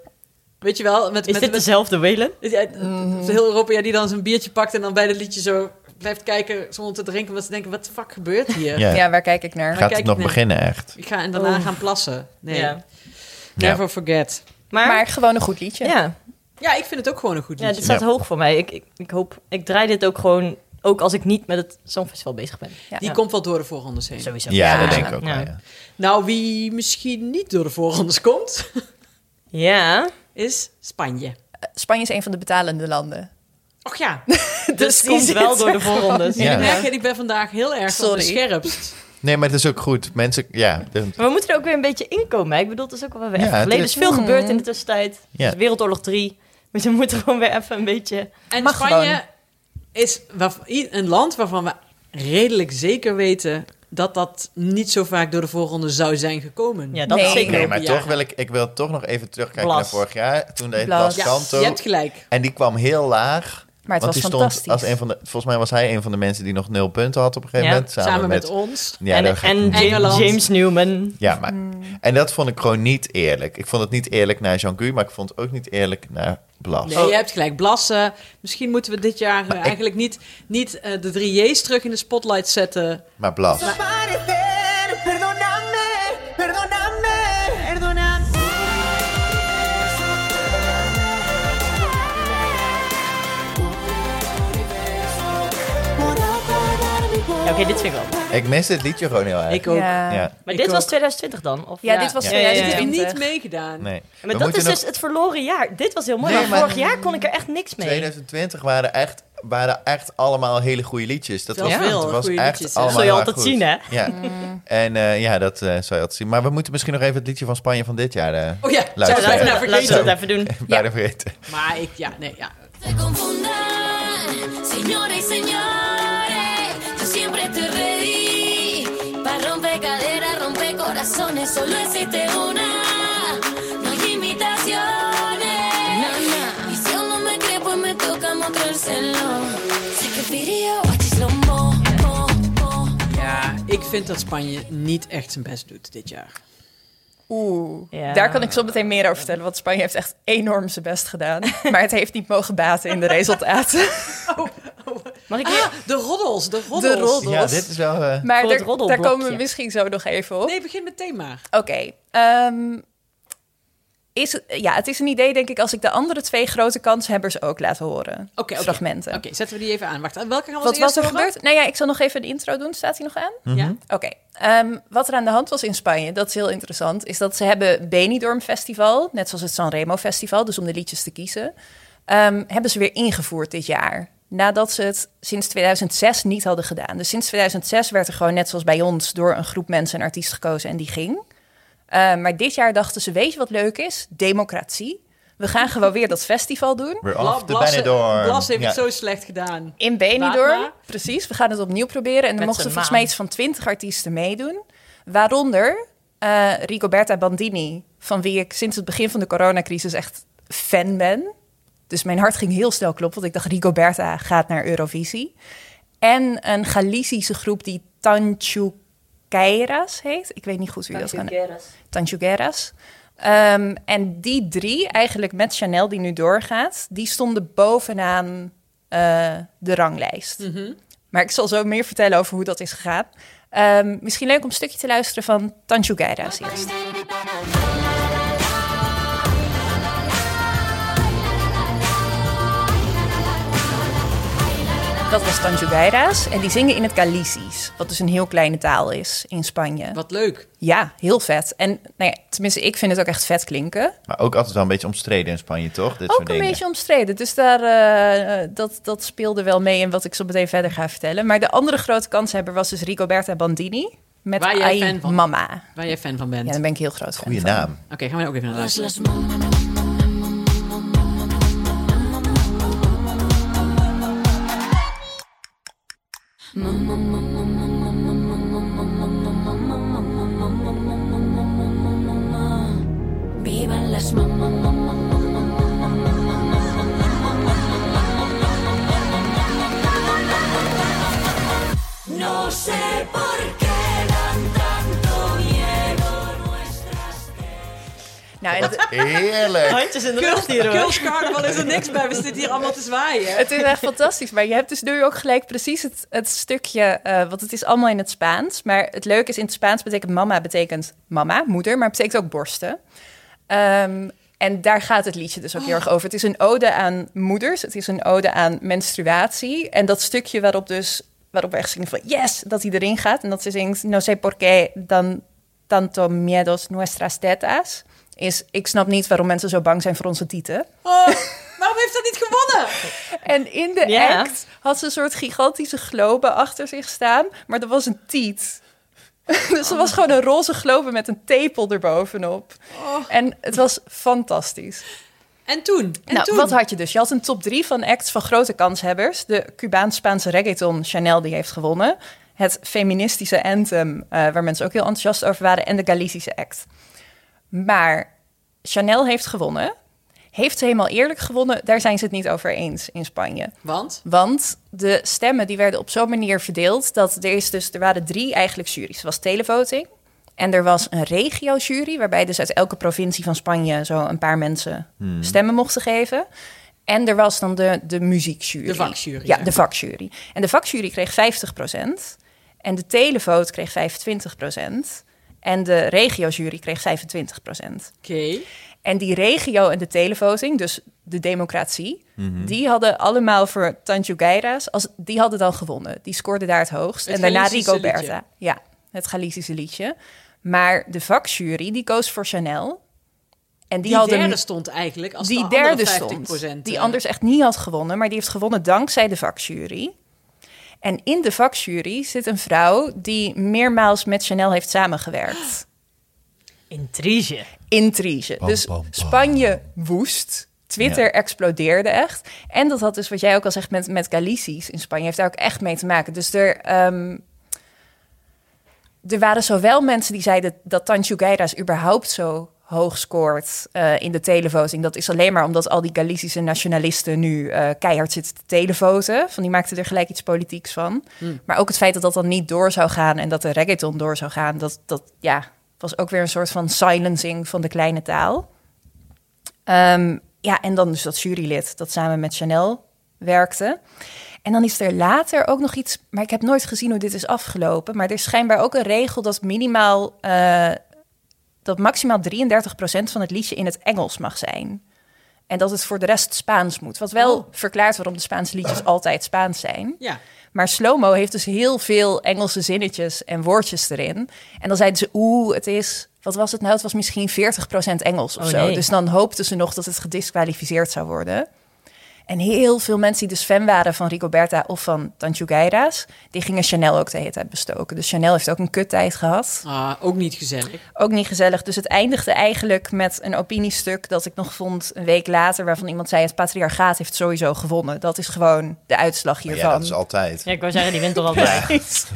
Speaker 4: Weet je wel, met,
Speaker 2: Is
Speaker 4: met,
Speaker 2: dit dezelfde Welen?
Speaker 4: met- ja,
Speaker 5: Mhm.
Speaker 4: heel Europa ja, die dan zijn biertje pakt en dan bij dat liedje zo blijft kijken zonder te drinken. Want ze denken, wat de fuck gebeurt hier?
Speaker 3: Ja.
Speaker 5: Ja, waar kijk ik naar?
Speaker 3: Gaat
Speaker 4: kijk
Speaker 3: het
Speaker 4: ik
Speaker 3: nog
Speaker 4: naar-
Speaker 3: beginnen echt?
Speaker 4: Ik ga en daarna gaan plassen. Nee, never forget.
Speaker 2: Maar,
Speaker 5: Maar gewoon een goed liedje.
Speaker 2: ja.
Speaker 4: Ja, ik vind het ook gewoon een goed
Speaker 2: ja,
Speaker 5: dus-
Speaker 4: liedje.
Speaker 2: dit staat
Speaker 3: Ja.
Speaker 2: hoog voor mij. Ik, ik, ik hoop, ik draai dit ook gewoon Ook als ik niet met het Songfestival bezig ben.
Speaker 5: Ja.
Speaker 4: Die komt wel door de voorrondes heen.
Speaker 2: Sowieso.
Speaker 3: Ja, dat denk ik ook
Speaker 2: Ja.
Speaker 3: wel, ja.
Speaker 4: Nou, wie misschien niet door de voorrondes komt,
Speaker 2: Ja.
Speaker 4: is Spanje.
Speaker 5: Spanje is een van de betalende landen.
Speaker 4: Och ja,
Speaker 2: Dus,
Speaker 5: die
Speaker 2: komt
Speaker 5: zit
Speaker 2: wel door de
Speaker 5: er
Speaker 2: voorrondes.
Speaker 3: gewoon. Ja.
Speaker 4: ik merk het, ik ben vandaag heel erg op de
Speaker 5: Sorry.
Speaker 4: scherpst.
Speaker 3: Nee, maar het is ook goed. Mensen, ja, de-
Speaker 2: Maar we moeten er ook weer een beetje inkomen. Ik bedoel, het is ook al wel weer
Speaker 3: Ja,
Speaker 2: even
Speaker 3: het
Speaker 2: geleden. Er
Speaker 3: is- Mm.
Speaker 2: is veel gebeurd in de tussentijd.
Speaker 3: Ja.
Speaker 2: Dus Wereldoorlog 3. Dus we moeten gewoon weer even een beetje...
Speaker 4: En
Speaker 5: Mag
Speaker 4: Spanje
Speaker 5: gewoon.
Speaker 4: is waarv- i- een land waarvan we redelijk zeker weten dat dat niet zo vaak door de voorronde zou zijn gekomen.
Speaker 2: Ja, dat
Speaker 5: Nee.
Speaker 2: is zeker.
Speaker 3: nee,
Speaker 4: Lopen
Speaker 3: maar
Speaker 4: jaren.
Speaker 3: toch wil ik, ik wil toch nog even terugkijken
Speaker 2: Blas.
Speaker 3: naar vorig jaar. Toen deed
Speaker 5: Blas.
Speaker 3: Blas
Speaker 4: Ja,
Speaker 3: Kanto.
Speaker 4: je hebt gelijk.
Speaker 3: En die kwam heel laag.
Speaker 5: Maar het
Speaker 3: want
Speaker 5: was
Speaker 3: die
Speaker 5: fantastisch.
Speaker 3: stond als een van de, volgens mij was hij een van de mensen die nog nul punten had op een gegeven
Speaker 2: Ja,
Speaker 3: moment.
Speaker 4: Samen, met, ons.
Speaker 3: Ja,
Speaker 2: en
Speaker 3: dat ga ik
Speaker 2: en
Speaker 3: niet
Speaker 2: Ja-
Speaker 3: doen.
Speaker 4: Engeland.
Speaker 2: James Newman.
Speaker 3: Ja, maar, en dat vond ik gewoon niet eerlijk. Ik vond het niet eerlijk naar Jean-Guy, maar ik vond het ook niet eerlijk naar Blas.
Speaker 4: Nee, je hebt gelijk. Blassen. Misschien moeten we dit jaar eh, eigenlijk niet, niet eh, de drie J's terug in de spotlight zetten.
Speaker 3: Maar Blas.
Speaker 6: Parecer, perdóname, perdóname, perdóname.
Speaker 2: Ja, Oké, dit vind ik wel.
Speaker 3: Ik mis dit liedje gewoon heel erg.
Speaker 4: Ik ook.
Speaker 5: Ja.
Speaker 3: Ja,
Speaker 2: Maar
Speaker 4: Ik
Speaker 2: dit
Speaker 4: ook.
Speaker 2: was 2020 dan? Of,
Speaker 5: Ja, dit was
Speaker 2: Ja, ja, ja.
Speaker 4: Ik heb
Speaker 5: 2020.
Speaker 4: niet meegedaan.
Speaker 3: nee.
Speaker 2: Maar
Speaker 3: We
Speaker 2: dat
Speaker 3: moeten
Speaker 2: is
Speaker 3: nog-
Speaker 2: dus het verloren jaar. Dit was heel mooi,
Speaker 3: Nee,
Speaker 2: maar,
Speaker 3: maar-
Speaker 2: vorig jaar kon ik er echt niks mee.
Speaker 3: 2020 waren echt, waren echt allemaal hele goede liedjes. Dat
Speaker 4: Wel
Speaker 3: was,
Speaker 4: veel
Speaker 3: het was
Speaker 4: goede
Speaker 3: echt
Speaker 4: liedjes, hè?
Speaker 3: allemaal
Speaker 2: Zul je
Speaker 3: heel erg
Speaker 2: altijd
Speaker 3: goed.
Speaker 2: zien, hè?
Speaker 3: Ja.
Speaker 5: Mm.
Speaker 3: En eh, ja, dat eh zou je altijd zien. Maar we moeten misschien nog even het liedje van Spanje van dit jaar eh
Speaker 4: Oh ja,
Speaker 3: Luister,
Speaker 4: zou ik nou
Speaker 3: ja.
Speaker 2: Laten we
Speaker 4: vergeten.
Speaker 2: dat even doen.
Speaker 3: bijna vergeten.
Speaker 4: Maar ik, ja, nee, ja.
Speaker 7: Te confundan, señores y señores. Yo siempre te pedí. Para romper caderas, romper corazones, solo existe una. No hay imitaciones. Y si aún no me cree, pues me toca mostrárselo. Sé que pidió, watch lo mo, mo, mo.
Speaker 4: Ja, ik vind dat Spanje niet echt zijn best doet dit jaar.
Speaker 5: Oeh,
Speaker 2: Ja.
Speaker 5: daar kan ik zo meteen meer over vertellen. Want Spanje heeft echt enorm zijn best gedaan. Maar het heeft niet mogen baten in de resultaten.
Speaker 2: Mag ik weer?
Speaker 4: Ah, de roddels, de roddels.
Speaker 5: De roddels.
Speaker 3: Ja, dit is wel... eh,
Speaker 5: Maar
Speaker 2: Voor het
Speaker 5: daar, daar
Speaker 2: roddelblokje.
Speaker 5: komen we misschien zo nog even op.
Speaker 4: Nee, begin meteen maar.
Speaker 5: Oké. ehm, is, het- ja, het is een idee, denk ik, als ik de andere twee grote kanshebbers ook laat horen.
Speaker 4: Oké, oké.
Speaker 5: Fragmenten.
Speaker 4: Oké, zetten we die even aan. Wacht, aan welke gaan we
Speaker 5: Wat
Speaker 4: als
Speaker 5: was er
Speaker 4: eerste horen?
Speaker 5: gebeurd? Nou ja, ik zal nog even de intro doen. Staat hij nog aan?
Speaker 4: Ja.
Speaker 5: Oké. ehm, wat er aan de hand was in Spanje, dat is heel interessant, is dat ze hebben Benidorm Festival, net zoals het Sanremo Festival, dus om de liedjes te kiezen, ehm, hebben ze weer ingevoerd dit jaar. Nadat ze het sinds 2006 niet hadden gedaan. Dus sinds 2006 werd er gewoon net zoals bij ons door een groep mensen een artiest gekozen en die ging. Ehm, maar dit jaar dachten ze, weet je wat leuk is? Democratie. We gaan gewoon weer dat festival doen.
Speaker 3: We're
Speaker 4: Bla-
Speaker 3: off the
Speaker 4: Blasse-
Speaker 3: Benidorm.
Speaker 4: Blas heeft
Speaker 3: Ja.
Speaker 4: het zo slecht gedaan.
Speaker 5: In
Speaker 4: Laat maar.
Speaker 5: Benidorm, precies. We gaan het opnieuw proberen. En
Speaker 2: Ehm, Met
Speaker 5: dan mochten
Speaker 2: z'n
Speaker 5: volgens
Speaker 2: maan.
Speaker 5: mij iets van twintig artiesten meedoen. Waaronder eh, Rigoberta Bandini, van wie ik sinds het begin van de coronacrisis echt fan ben. Dus mijn hart ging heel snel kloppen, want ik dacht Rigoberta gaat naar Eurovisie. En een Galicische groep die Tanchuqueiras heet. Ik weet niet goed wie dat kan. Tanchugueras. Ehm, en die drie, eigenlijk met Chanel die nu doorgaat, die stonden bovenaan eh, de ranglijst. Maar ik zal zo meer vertellen over hoe dat is gegaan. Ehm, misschien leuk om een stukje te luisteren van Tanchugueras eerst. Dat was Tanchugueras en die zingen in het Galicisch, wat dus een heel kleine taal is in Spanje.
Speaker 4: Wat leuk.
Speaker 5: Ja, heel vet. En nou ja, tenminste, ik vind het ook echt vet klinken.
Speaker 3: Maar ook altijd wel een beetje omstreden in Spanje, toch? Dit
Speaker 5: Ook
Speaker 3: soort
Speaker 5: een
Speaker 3: dingen.
Speaker 5: beetje omstreden. Dus daar, eh, eh, dat, dat speelde wel mee in wat ik zo meteen verder ga vertellen. Maar de andere grote kanshebber was dus Rigoberta Bandini. Met
Speaker 4: Waar jij
Speaker 5: Ai
Speaker 4: fan van-
Speaker 5: Mama.
Speaker 4: Waar jij fan van bent.
Speaker 5: Ja, daar ben ik heel groot fan
Speaker 3: Goeie
Speaker 5: van.
Speaker 3: naam.
Speaker 4: Oké, gaan we nou ook even naar luisteren.
Speaker 7: Las mo- Vivan las mamás. No sé por qué dan tanto miedo nuestras
Speaker 5: Nou, en het,
Speaker 3: Heerlijk.
Speaker 2: Handjes in de
Speaker 4: Girls,
Speaker 2: lucht hier, hoor.
Speaker 4: Girls Carnival is er niks bij. We zitten hier allemaal te zwaaien.
Speaker 5: het is echt fantastisch. Maar je hebt dus nu ook gelijk precies het, het stukje... eh want het is allemaal in het Spaans. Maar het leuke is, in het Spaans betekent mama betekent mama, moeder. Maar het betekent ook borsten. Ehm, En daar gaat het liedje dus ook heel erg over. Het is een ode aan moeders. Het is een ode aan menstruatie. En dat stukje waarop dus waarop we echt zien van yes, dat hij erin gaat. En dat ze zingt no sé por qué dan tanto miedos nuestras tetas. Is ik snap niet waarom mensen zo bang zijn voor onze tieten.
Speaker 4: Oh, waarom heeft dat niet gewonnen?
Speaker 5: En in de
Speaker 2: Ja.
Speaker 5: act had ze een soort gigantische globe achter zich staan, maar dat was een tiet. dus er was gewoon een roze globe met een tepel erbovenop. En het was fantastisch.
Speaker 4: En toen? En
Speaker 5: nou,
Speaker 4: toen?
Speaker 5: wat had je dus? Je had een top 3 van acts van grote kanshebbers. De Cubaans-Spaanse reggaeton Chanel die heeft gewonnen. Het feministische anthem, eh, waar mensen ook heel enthousiast over waren. En de Galicische act. Maar Chanel heeft gewonnen. Heeft ze helemaal eerlijk gewonnen? Daar zijn ze het niet over eens in Spanje.
Speaker 4: Want?
Speaker 5: Want de stemmen die werden op zo'n manier verdeeld dat er, is dus, er waren drie eigenlijk juries. Er was televoting en er was een regio-jury, waarbij dus uit elke provincie van Spanje zo een paar mensen stemmen mochten geven. En er was dan de, de muziekjury.
Speaker 4: De vakjury,
Speaker 5: Ja,
Speaker 4: zeg
Speaker 5: de
Speaker 4: maar.
Speaker 5: vakjury. En de vakjury kreeg 50%. En de televote kreeg 25%. En de regio-jury kreeg 25%.
Speaker 4: Oké.
Speaker 5: En die regio en de televoting, dus de democratie, die hadden allemaal voor Tanju Geiras, als, die hadden dan gewonnen. Die scoorden daar het hoogst.
Speaker 4: Het
Speaker 5: en daarna
Speaker 4: Galicische
Speaker 5: Rigoberta.
Speaker 4: liedje.
Speaker 5: Ja, het Galicische liedje. Maar de vakjury, die koos voor Chanel. En die,
Speaker 4: Die
Speaker 5: hadden
Speaker 4: derde stond eigenlijk als
Speaker 5: die
Speaker 4: de andere eh,
Speaker 5: derde
Speaker 4: 50
Speaker 5: stond. Die anders echt niet had gewonnen, maar die heeft gewonnen dankzij de vakjury. En in de vakjury zit een vrouw die meermaals met Chanel heeft samengewerkt
Speaker 2: Intrige.
Speaker 5: intrige. dus Spanje woest. Twitter
Speaker 3: Ja.
Speaker 5: explodeerde echt. En dat had dus wat jij ook al zegt met, met Galici's in Spanje, heeft daar ook echt mee te maken. Dus er, ehm, er waren zowel mensen die zeiden dat Tanju Geiras überhaupt zo hoog scoort eh, in de televoting. Dat is alleen maar omdat al die Galicische nationalisten nu eh, keihard zitten te televoten. Van die maakten er gelijk iets politieks van. Maar ook het feit dat dat dan niet door zou gaan en dat de reggaeton door zou gaan, dat, dat ja, was ook weer een soort van silencing van de kleine taal. Ehm, ja, en dan dus dat jurylid dat samen met Chanel werkte. En dan is er later ook nog iets, maar ik heb nooit gezien hoe dit is afgelopen. Maar er is schijnbaar ook een regel dat minimaal, eh, dat maximaal 33% van het liedje in het Engels mag zijn. En dat het voor de rest Spaans moet. Wat wel verklaart waarom de Spaanse liedjes altijd Spaans zijn.
Speaker 4: Ja.
Speaker 5: Maar slow-mo heeft dus heel veel Engelse zinnetjes en woordjes erin. En dan zeiden ze, oeh, het is... Wat was het nou? Het was misschien 40% Engels of
Speaker 2: Oh,
Speaker 5: zo.
Speaker 2: nee.
Speaker 5: Dus dan hoopten ze nog dat het gedisqualificeerd zou worden. En heel veel mensen die dus fan waren van Rigoberta of van Tanju Geiras... die gingen Chanel ook de hele tijd bestoken. Dus Chanel heeft ook een kuttijd gehad.
Speaker 4: Ah, ook niet gezellig.
Speaker 5: Ook niet gezellig. Dus het eindigde eigenlijk met een opiniestuk dat ik nog vond een week later... waarvan iemand zei, het patriarchaat heeft sowieso gewonnen. Dat is gewoon de uitslag
Speaker 3: Maar
Speaker 5: hiervan.
Speaker 3: Oh ja, dat is altijd.
Speaker 2: Ja, ik wou zeggen, die wint toch altijd.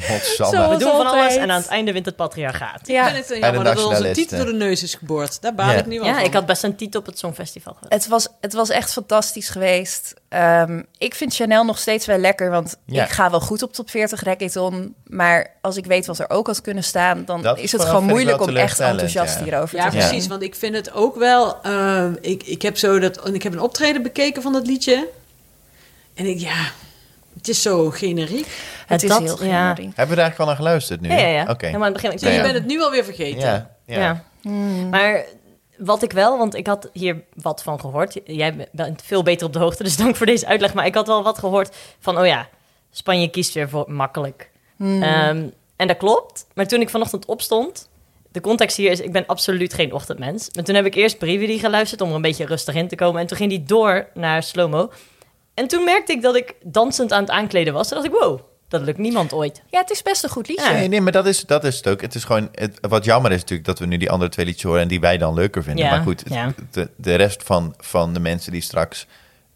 Speaker 3: Godsamme.
Speaker 5: Zo.
Speaker 2: We doen van alles
Speaker 5: Altijd.
Speaker 2: en aan het einde wint het patriarchaat.
Speaker 5: Ja.
Speaker 4: Ik vind het heel jammer dat onze
Speaker 3: nationalisten.
Speaker 4: titel door de neus is geboord. Daar baal
Speaker 3: Ja.
Speaker 4: ik nu wel
Speaker 2: Ja,
Speaker 4: van.
Speaker 2: ik had best een titel op het Songfestival gehad.
Speaker 5: Het was, het was echt fantastisch geweest. Ehm, ik vind Chanel nog steeds wel lekker, want
Speaker 3: Ja.
Speaker 5: ik ga wel goed op top 40 reggaeton. Maar als ik weet wat er ook had kunnen staan, dan
Speaker 3: Dat
Speaker 5: is het
Speaker 3: vooral
Speaker 5: gewoon
Speaker 3: vind ik
Speaker 5: moeilijk
Speaker 3: wel
Speaker 5: om echt
Speaker 3: teleurstellend,
Speaker 5: enthousiast
Speaker 3: ja.
Speaker 5: hierover
Speaker 4: Ja,
Speaker 5: te zijn.
Speaker 4: precies. Want ik vind het ook wel. eh, ik, ik heb zo dat. en Ik heb een optreden bekeken van dat liedje. En ik, ja. Het is zo generiek.
Speaker 5: Het is
Speaker 2: Dat-
Speaker 5: heel
Speaker 2: ja.
Speaker 5: generisch.
Speaker 3: Hebben we daar eigenlijk al naar geluisterd nu?
Speaker 2: Ja, ja, ja.
Speaker 3: Oké.
Speaker 2: Helemaal aan het begin. Ik
Speaker 4: Dus
Speaker 3: Ja,
Speaker 4: je
Speaker 3: Nou ja.
Speaker 4: bent het nu alweer vergeten.
Speaker 3: Ja, ja.
Speaker 2: Ja. Maar wat ik wel, want ik had hier wat van gehoord. Jij bent veel beter op de hoogte, dus dank voor deze uitleg. Maar ik had wel wat gehoord van, oh ja, Spanje kiest weer voor makkelijk. Ehm, en dat klopt. Maar toen ik vanochtend opstond, de context hier is, ik ben absoluut geen ochtendmens. Maar toen heb ik eerst Brividi geluisterd om er een beetje rustig in te komen. En toen ging die door naar Slomo. En toen merkte ik dat ik dansend aan het aankleden was. Toen dacht ik, wow, dat lukt niemand ooit.
Speaker 5: Ja, het is best een goed liedje.
Speaker 2: Ja.
Speaker 3: Nee, nee, maar dat is, dat is het ook. Het is gewoon, het, wat jammer is natuurlijk dat we nu die andere twee liedjes horen en die wij dan leuker vinden.
Speaker 2: Ja,
Speaker 3: maar goed, het-
Speaker 2: ja.
Speaker 3: de, de rest van, van de mensen die straks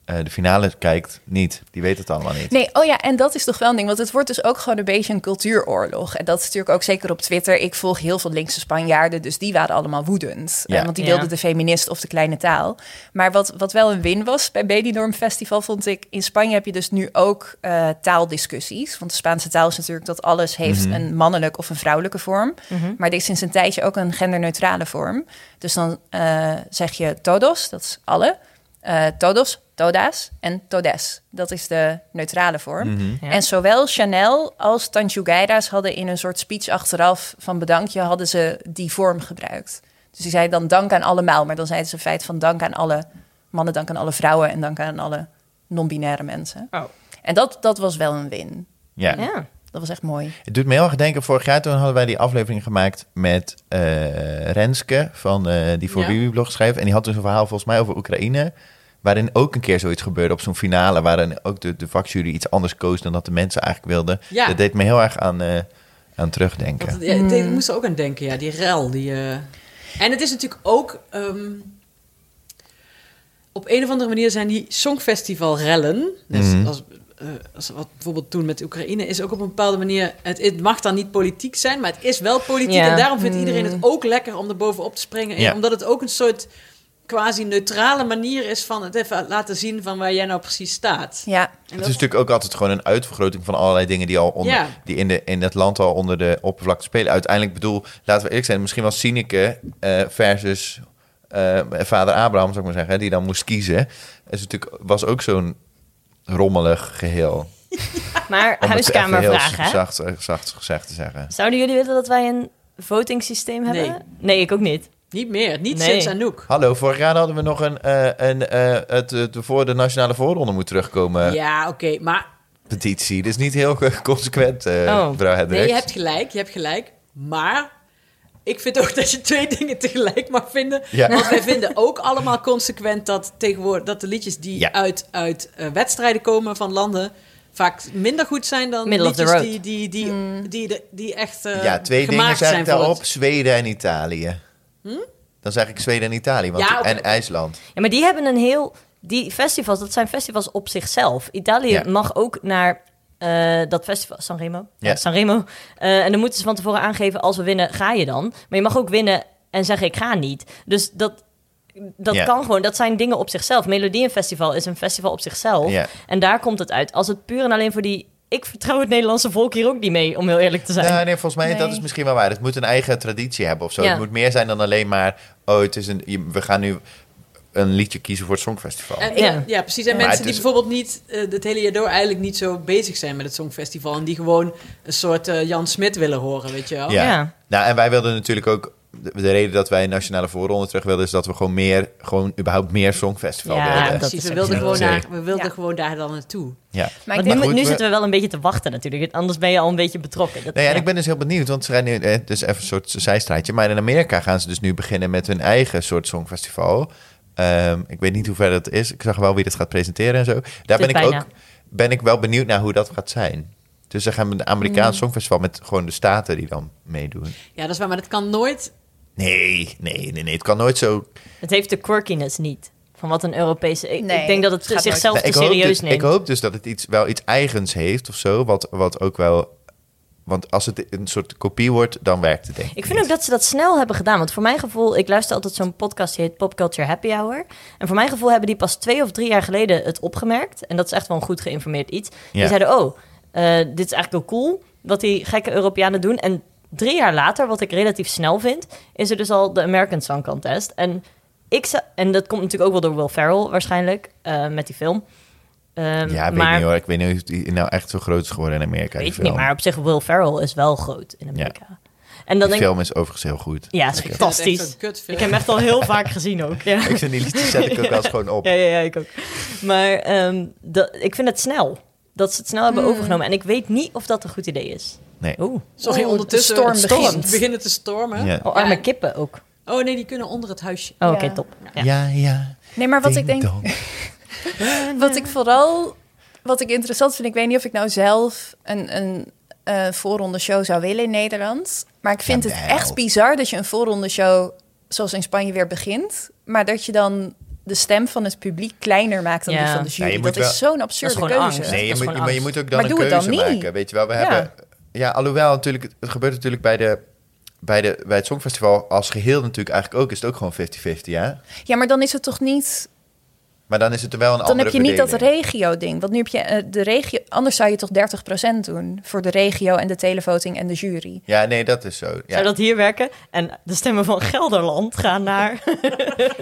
Speaker 3: eh, de finale kijkt, niet. Die weet het allemaal niet.
Speaker 5: Nee, oh ja, en dat is toch wel een ding. Want het wordt dus ook gewoon een beetje een cultuuroorlog. En dat is natuurlijk ook zeker op Twitter. Ik volg heel veel linkse Spanjaarden, dus die waren allemaal woedend.
Speaker 3: Ja.
Speaker 5: Eh, want die
Speaker 2: Ja.
Speaker 5: wilden de feminist of de kleine taal. Maar wat, wat wel een win was bij Benidorm Festival, vond ik... in Spanje heb je dus nu ook eh, taaldiscussies. Want de Spaanse taal is natuurlijk dat alles heeft een mannelijke of een vrouwelijke vorm. Maar er is sinds een tijdje ook een genderneutrale vorm. Dus dan eh, zeg je todos, dat is alle... Eh, todos, todas en todes. Dat is de neutrale vorm.
Speaker 2: Ja.
Speaker 5: En zowel Chanel als Tanju Geiras hadden in een soort speech achteraf van bedankje... hadden ze die vorm gebruikt. Dus Dus die zei dan dank aan allemaal. Maar dan zeiden ze in feite van dank aan alle mannen, dank aan alle vrouwen en dank aan alle non-binaire mensen.
Speaker 2: Oh.
Speaker 5: En dat, dat was wel een win.
Speaker 3: Ja.
Speaker 2: Ja.
Speaker 5: Dat was echt mooi.
Speaker 3: Het doet me heel erg denken, vorig jaar toen hadden wij die aflevering gemaakt met eh, Renske, van, eh, die voor
Speaker 4: Ja.
Speaker 3: Bibi blog schrijft. En die had dus een verhaal volgens mij over Oekraïne, waarin ook een keer zoiets gebeurde op zo'n finale, waarin ook de, de vakjury iets anders koos dan dat de mensen eigenlijk wilden.
Speaker 4: Ja.
Speaker 3: Dat deed me heel erg aan, eh, aan terugdenken.
Speaker 4: Want, ja, ik
Speaker 2: Hmm.
Speaker 4: denk- ik moest er ook aan denken, ja, die rel. Die, eh. En het is natuurlijk ook... ehm, op een of andere manier zijn die songfestivalrellen... Dus
Speaker 3: Mhm.
Speaker 4: als, eh, als wat bijvoorbeeld toen met Oekraïne... is ook op een bepaalde manier... Het, het mag dan niet politiek zijn, maar het is wel politiek.
Speaker 2: Ja. Hmm.
Speaker 4: En daarom vindt iedereen het ook lekker om er bovenop te springen. En
Speaker 3: Ja.
Speaker 4: Omdat het ook een soort quasi-neutrale manier is van het even laten zien van waar jij nou precies staat.
Speaker 5: Ja,
Speaker 4: En
Speaker 3: Het
Speaker 4: dat
Speaker 3: is natuurlijk ook altijd gewoon een uitvergroting van allerlei dingen die al onder,
Speaker 4: Ja.
Speaker 3: die in, de, in het land al onder de oppervlakte spelen. Uiteindelijk bedoel, laten we eerlijk zijn, misschien was Sineke eh, versus eh, vader Abraham, zou ik maar zeggen, die dan moest kiezen. Het is natuurlijk, was ook zo'n rommelig geheel. Om
Speaker 2: Maar
Speaker 3: het
Speaker 2: huiskamervragen,
Speaker 3: even
Speaker 2: hè?
Speaker 3: heel zacht, eh, zacht gezegd te zeggen.
Speaker 2: Zouden jullie willen dat wij een voting systeem hebben?
Speaker 4: Nee.
Speaker 2: ik ook niet.
Speaker 4: Niet meer, niet
Speaker 2: Nee.
Speaker 4: sinds Anouk.
Speaker 3: Hallo, vorig jaar hadden we nog een, eh, een eh, het, het voor de nationale voorronde moet terugkomen
Speaker 4: Ja, oké, maar
Speaker 3: petitie. Dus niet heel eh, consequent, eh
Speaker 2: Oh.
Speaker 3: mevrouw Hendricks.
Speaker 4: Nee, je hebt gelijk, je hebt gelijk. Maar ik vind ook dat je twee dingen tegelijk mag vinden.
Speaker 3: Ja.
Speaker 4: Want wij vinden ook allemaal consequent dat tegenwoordig dat de liedjes die
Speaker 3: Ja.
Speaker 4: uit, uit eh, wedstrijden komen van landen vaak minder goed zijn dan
Speaker 2: Middle of the
Speaker 4: liedjes
Speaker 2: road. Mm.
Speaker 4: die, die, die, die, die, die echt eh,
Speaker 3: Ja, twee dingen
Speaker 4: gemaakt
Speaker 3: zeg
Speaker 4: zijn
Speaker 3: ik
Speaker 4: voor
Speaker 3: daarop.
Speaker 4: het- Hm?
Speaker 3: Zweden en Italië. Dan zeg ik Zweden en Italië. Want
Speaker 4: Ja, oké.
Speaker 3: En IJsland.
Speaker 2: Ja, maar die hebben een heel... Die festivals, dat zijn festivals op zichzelf. Italië
Speaker 3: Ja.
Speaker 2: mag ook naar eh, dat festival... Sanremo?
Speaker 3: Ja.
Speaker 2: Ja, Sanremo. Eh, en dan moeten ze van tevoren aangeven, als we winnen, ga je dan. Maar je mag ook winnen en zeggen, ik ga niet. Dus dat, dat
Speaker 3: Ja.
Speaker 2: kan gewoon. Dat zijn dingen op zichzelf. Melodieënfestival is een festival op zichzelf.
Speaker 3: Ja.
Speaker 2: En daar komt het uit. Als het puur en alleen voor die... Ik vertrouw het Nederlandse volk hier ook niet mee, om heel eerlijk te zijn.
Speaker 3: Nou, nee, volgens mij, dat
Speaker 5: Nee.
Speaker 3: is misschien wel waar. Het moet een eigen traditie hebben of zo.
Speaker 2: Ja.
Speaker 3: Het moet meer zijn dan alleen maar... Oh, het is een, je- we gaan nu een liedje kiezen voor het Songfestival.
Speaker 4: En,
Speaker 2: Ja.
Speaker 4: ja. precies. En
Speaker 3: Maar
Speaker 4: mensen
Speaker 3: het
Speaker 4: die
Speaker 3: is-
Speaker 4: bijvoorbeeld niet eh, het hele jaar door eigenlijk niet zo bezig zijn met het Songfestival. En die gewoon een soort eh, Jan Smit willen horen, weet je wel.
Speaker 3: ja.
Speaker 2: Ja.
Speaker 3: Nou, en wij wilden natuurlijk ook... De, de reden dat wij een nationale voorronde terug wilden... is dat we gewoon meer... gewoon überhaupt meer Songfestival
Speaker 2: Ja,
Speaker 3: wilden.
Speaker 2: dat-
Speaker 4: precies.
Speaker 2: is
Speaker 4: We wilden,
Speaker 2: ook
Speaker 4: gewoon
Speaker 3: zo.
Speaker 4: daar, we wilden
Speaker 5: Ja.
Speaker 4: gewoon daar dan naartoe.
Speaker 3: Ja.
Speaker 5: maar ik
Speaker 2: Want
Speaker 5: denk,
Speaker 2: nu,
Speaker 3: goed,
Speaker 2: nu
Speaker 3: we-
Speaker 2: zitten we wel een beetje te wachten natuurlijk. Anders ben je al een beetje betrokken. Dat,
Speaker 3: Nee, en
Speaker 2: ja.
Speaker 3: ik ben dus heel benieuwd, want ze gaan nu, eh, dus even een soort zijstraatje, maar in Amerika gaan ze dus nu beginnen met hun eigen soort songfestival. Ehm, ik weet niet hoe ver dat is. Ik zag wel wie dat gaat presenteren en zo. Daar
Speaker 2: is
Speaker 3: ben ik
Speaker 2: Dus bijna.
Speaker 3: ook ben ik wel benieuwd naar hoe dat gaat zijn. Dus ze gaan met een Amerikaans
Speaker 2: Mm.
Speaker 3: songfestival met gewoon de staten die dan meedoen.
Speaker 4: Ja, dat is waar, maar dat kan nooit.
Speaker 3: Nee, nee, nee, nee. Het kan nooit zo.
Speaker 2: Het heeft de quirkiness niet. Van wat een Europese... Ik,
Speaker 5: Nee,
Speaker 2: ik denk dat het
Speaker 5: het gaat
Speaker 2: zichzelf
Speaker 3: Nou,
Speaker 2: te
Speaker 3: ik, hoop
Speaker 2: serieus
Speaker 3: dus,
Speaker 2: neemt.
Speaker 3: ik hoop dus dat het iets, wel iets eigens heeft of zo. Wat, wat ook wel. Want als het een soort kopie wordt, dan werkt het denk ik.
Speaker 2: Ik vind ook dat ze dat snel hebben gedaan. Want voor mijn gevoel, ik luister altijd zo'n podcast die heet Pop Culture Happy Hour. En voor mijn gevoel hebben die pas twee of drie jaar geleden het opgemerkt. En dat is echt wel een goed geïnformeerd iets.
Speaker 3: Ja.
Speaker 2: Die zeiden, oh, eh, dit is eigenlijk wel cool wat die gekke Europeanen doen. En drie jaar later, wat ik relatief snel vind, is er dus al de American Song Contest. En, ik zou- en dat komt natuurlijk ook wel door Will Ferrell waarschijnlijk, eh, met die film. Ehm,
Speaker 3: Ja, weet
Speaker 2: maar,
Speaker 3: niet hoor. Ik weet niet of die nou echt zo groot is geworden in Amerika. die
Speaker 2: Weet ik niet,
Speaker 3: film.
Speaker 2: maar op zich Will Ferrell is wel groot in Amerika. En dan
Speaker 3: Die
Speaker 2: denk ik,
Speaker 3: film is overigens heel goed.
Speaker 2: ja, is fantastisch. Ik heb hem echt al heel vaak gezien ook. Ja,
Speaker 3: Ik vind die liedjes zet ik ook wel eens gewoon op.
Speaker 2: ja, ja, ja, ik ook. Maar ehm, dat, ik vind het snel. Dat ze het snel hebben overgenomen. En ik weet niet of dat een goed idee is.
Speaker 3: Nee.
Speaker 2: Hmm. Oeh.
Speaker 4: Sorry,
Speaker 5: Oh,
Speaker 4: ondertussen
Speaker 5: de storm
Speaker 4: het stormt.
Speaker 5: begint.
Speaker 4: beginnen te stormen.
Speaker 3: Ja.
Speaker 2: Oh, arme
Speaker 4: Ja.
Speaker 2: kippen ook. Oh,
Speaker 4: Oh nee, die kunnen onder het huisje.
Speaker 2: oké,
Speaker 5: Ja.
Speaker 2: top. Ja.
Speaker 3: Ja, ja.
Speaker 5: nee, maar wat
Speaker 3: Ding
Speaker 5: ik denk,
Speaker 3: dong.
Speaker 5: Wat ik vooral wat ik interessant vind, ik weet niet of ik nou zelf een, een eh, voorronde show zou willen in Nederland. Maar ik vind het
Speaker 3: Jawel.
Speaker 5: echt bizar dat je een voorronde show zoals in Spanje weer begint. Maar dat je dan de stem van het publiek kleiner maakt dan
Speaker 2: Ja.
Speaker 5: die van de jury.
Speaker 3: Ja, je moet
Speaker 5: dat is
Speaker 3: wel-
Speaker 5: zo'n absurde
Speaker 2: gewoon
Speaker 5: keuze.
Speaker 2: angst.
Speaker 3: Nee,
Speaker 2: Dat
Speaker 3: je
Speaker 2: is
Speaker 3: moet,
Speaker 2: gewoon
Speaker 3: maar je
Speaker 2: angst.
Speaker 3: moet ook dan
Speaker 5: Maar
Speaker 3: een
Speaker 5: doe het
Speaker 3: keuze
Speaker 5: dan niet.
Speaker 3: maken. Weet je wel, we
Speaker 5: Ja.
Speaker 3: hebben... Ja, alhoewel natuurlijk... Het gebeurt natuurlijk bij, de, bij, de, bij het Songfestival als geheel natuurlijk eigenlijk ook. Is het ook gewoon 50-50, ja?
Speaker 5: Ja, maar dan is het toch niet
Speaker 3: Maar dan is het er wel een
Speaker 5: Dan
Speaker 3: andere
Speaker 5: heb je niet dat
Speaker 3: verdeling.
Speaker 5: regio-ding. Want nu heb je eh, de regio. Anders zou je toch 30% doen voor de regio en de televoting en de jury.
Speaker 3: Ja, nee, dat is zo. Ja.
Speaker 2: Zou dat hier werken? En de stemmen van Gelderland gaan naar...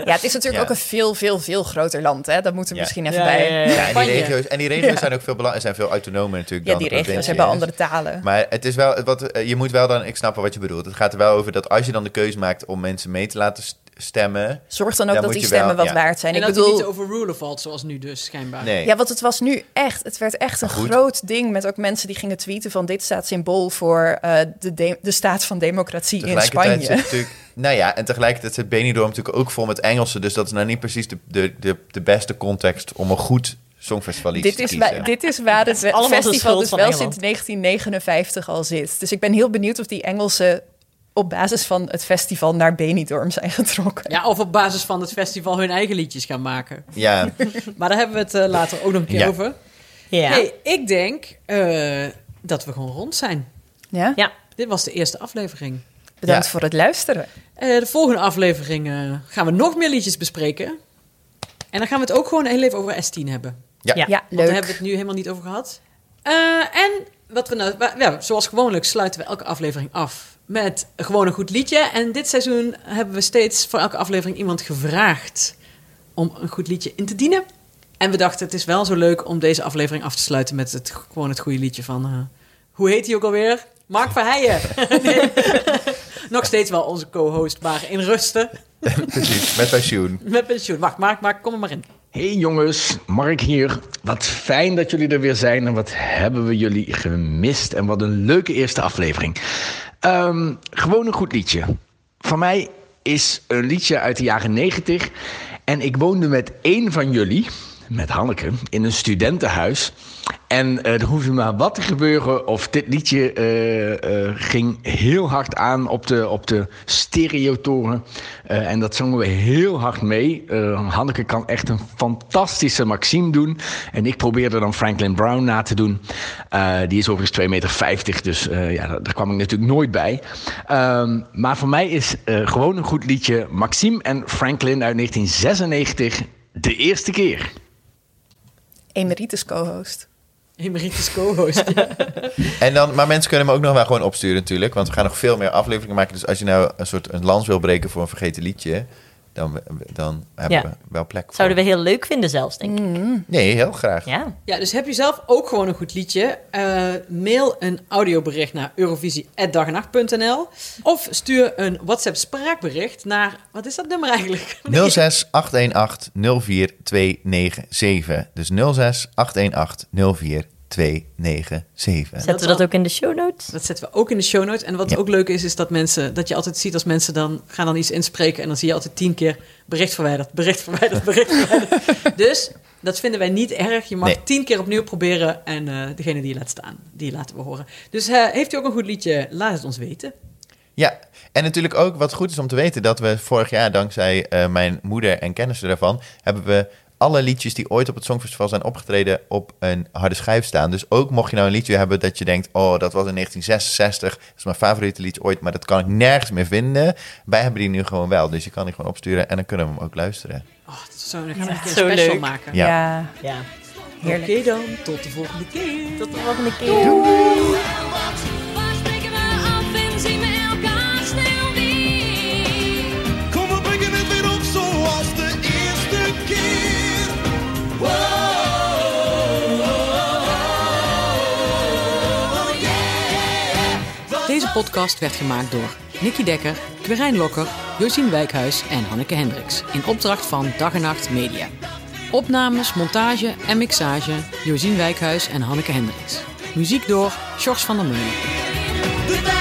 Speaker 5: Ja, het is natuurlijk
Speaker 3: Ja.
Speaker 5: ook een veel, veel, veel groter land. Hè? Dat moet er
Speaker 3: Ja.
Speaker 5: misschien even
Speaker 2: Ja,
Speaker 5: bij.
Speaker 2: ja, ja, ja.
Speaker 3: Ja, en die
Speaker 5: Spanje.
Speaker 3: regio's, en die regio's zijn ook veel, belang- zijn veel autonomer natuurlijk
Speaker 5: Ja,
Speaker 3: dan
Speaker 5: die
Speaker 3: de
Speaker 5: regio's
Speaker 3: provincie
Speaker 5: hebben
Speaker 3: is.
Speaker 5: andere talen.
Speaker 3: Maar het is wel, wat, eh, je moet wel dan, ik snap wel wat je bedoelt. Het gaat er wel over dat als je dan de keuze maakt om mensen mee te laten st- stemmen.
Speaker 5: Zorg dan ook
Speaker 3: Dan
Speaker 5: dat
Speaker 3: moet je
Speaker 5: die
Speaker 3: wel-
Speaker 5: stemmen wat
Speaker 3: ja.
Speaker 5: waard zijn.
Speaker 4: En
Speaker 5: ik
Speaker 4: dat
Speaker 5: bedoel,
Speaker 4: hij niet overrulen valt, zoals nu dus, schijnbaar.
Speaker 3: Nee.
Speaker 5: ja, wat het was nu echt. Het werd echt een
Speaker 3: Goed.
Speaker 5: groot ding met ook mensen die gingen tweeten van dit staat symbool voor eh, de, de, de staat van democratie in
Speaker 3: Tegelijkertijd
Speaker 5: Spanje.
Speaker 3: zit natuurlijk, nou ja, en tegelijkertijd zit Benidorm natuurlijk ook vol met Engelsen. Dus dat is nou niet precies de, de, de, de beste context om een goed songfestival te
Speaker 5: Dit is,
Speaker 3: kiezen.
Speaker 5: wa- dit is waar het,
Speaker 2: allemaal de
Speaker 5: festival
Speaker 2: schuld
Speaker 5: dus
Speaker 2: van
Speaker 5: wel
Speaker 2: Engeland.
Speaker 5: sinds 1959 al zit. Dus ik ben heel benieuwd of die Engelsen op basis van het festival naar Benidorm zijn getrokken.
Speaker 4: Ja, of op basis van het festival hun eigen liedjes gaan maken.
Speaker 3: Ja,
Speaker 4: Maar daar hebben we het eh, later ook nog een keer
Speaker 3: Ja.
Speaker 4: over.
Speaker 2: Ja.
Speaker 4: Hey, ik denk eh, dat we gewoon rond zijn.
Speaker 5: Ja?
Speaker 2: ja.
Speaker 4: Dit was de eerste aflevering.
Speaker 5: Bedankt
Speaker 3: Ja.
Speaker 5: voor het luisteren.
Speaker 4: Eh, de volgende aflevering eh, gaan we nog meer liedjes bespreken. En dan gaan we het ook gewoon heel even over S10 hebben.
Speaker 3: ja.
Speaker 2: Ja.
Speaker 5: Ja,
Speaker 4: Want daar
Speaker 5: leuk.
Speaker 4: hebben we het nu helemaal niet over gehad. Eh, en wat we nou, wa- ja, zoals gewoonlijk sluiten we elke aflevering af met gewoon een goed liedje. En dit seizoen hebben we steeds voor elke aflevering iemand gevraagd om een goed liedje in te dienen. En we dachten, het is wel zo leuk om deze aflevering af te sluiten met het, gewoon het goede liedje van... eh, hoe heet hij ook alweer? Mark Verheijen. Nee. Nog steeds wel onze co-host, maar in rusten.
Speaker 3: precies. Met pensioen.
Speaker 4: Met pensioen. Wacht, Mark, Mark, kom er maar in.
Speaker 9: Hey jongens, Mark hier. Wat fijn dat jullie er weer zijn en wat hebben we jullie gemist. En wat een leuke eerste aflevering. Ehm, gewoon een goed liedje. Van mij is een liedje uit de jaren 90. En ik woonde met één van jullie, met Hanneke, in een studentenhuis. En eh, er hoefde maar wat te gebeuren of dit liedje eh, eh, ging heel hard aan op de, op de stereotoren. Eh, en dat zongen we heel hard mee. Eh, Hanneke kan echt een fantastische Maxime doen. En ik probeerde dan Franklin Brown na te doen. Eh, die is overigens 2,50 meter, dus eh, ja, daar, daar kwam ik natuurlijk nooit bij. Ehm, maar voor mij is eh, gewoon een goed liedje Maxime en Franklin uit 1996 de eerste keer.
Speaker 5: Emeritus co-host.
Speaker 4: Emeritus co-host.
Speaker 3: En dan, maar mensen kunnen me ook nog wel gewoon opsturen natuurlijk. Want we gaan nog veel meer afleveringen maken. Dus als je nou een soort een lans wil breken voor een vergeten liedje... dan, dan hebben
Speaker 2: Ja.
Speaker 3: we wel plek voor.
Speaker 2: Zouden we heel leuk vinden zelfs, denk ik.
Speaker 3: Nee, heel graag.
Speaker 2: Hmm. Ja.
Speaker 4: Ja, dus heb je zelf ook gewoon een goed liedje? eh, mail een audiobericht naar eurovisie.dagenacht.nl of stuur een WhatsApp spraakbericht naar... Wat is dat nummer eigenlijk?
Speaker 3: 06 818 04297. Dus 06 818 04297.
Speaker 2: Zetten we dat ook in de show notes?
Speaker 4: Dat zetten we ook in de show notes. En wat
Speaker 3: Ja.
Speaker 4: ook leuk is, is dat mensen dat je altijd ziet als mensen dan gaan dan iets inspreken en dan zie je altijd tien keer bericht verwijderd, bericht verwijderd, bericht verwijderd. dus dat vinden wij niet erg. Je mag
Speaker 3: Nee.
Speaker 4: tien keer opnieuw proberen en eh, degene die je laat staan, die laten we horen. Dus eh, heeft u ook een goed liedje? Laat het ons weten.
Speaker 3: Ja, en natuurlijk ook wat goed is om te weten... dat we vorig jaar, dankzij eh, mijn moeder en kennissen daarvan... hebben we alle liedjes die ooit op het Songfestival zijn opgetreden... op een harde schijf staan. Dus ook mocht je nou een liedje hebben dat je denkt... oh, dat was in 1966, dat is mijn favoriete liedje ooit... maar dat kan ik nergens meer vinden. Wij hebben die nu gewoon wel. Dus je kan die gewoon opsturen en dan kunnen we hem ook luisteren.
Speaker 4: Oh, dat is zo'n een keer
Speaker 2: zo
Speaker 4: special
Speaker 2: leuk.
Speaker 4: maken.
Speaker 3: Ja.
Speaker 2: Ja.
Speaker 4: Oké dan, tot de volgende keer.
Speaker 2: Tot de volgende keer.
Speaker 7: Waar spreken we af en zien we elkaar snel weer?
Speaker 10: Kom, we brengen het weer op zoals de eerste keer. Wow.
Speaker 8: Deze podcast werd gemaakt door Nicky Dekker, Quirijn Lokker, Josien Wijkhuis en Hanneke Hendricks. In opdracht van Dag en Nacht Media. Opnames, montage en mixage Josien Wijkhuis en Hanneke Hendricks. Muziek door Sjors van der Meulen.
Speaker 10: De tijd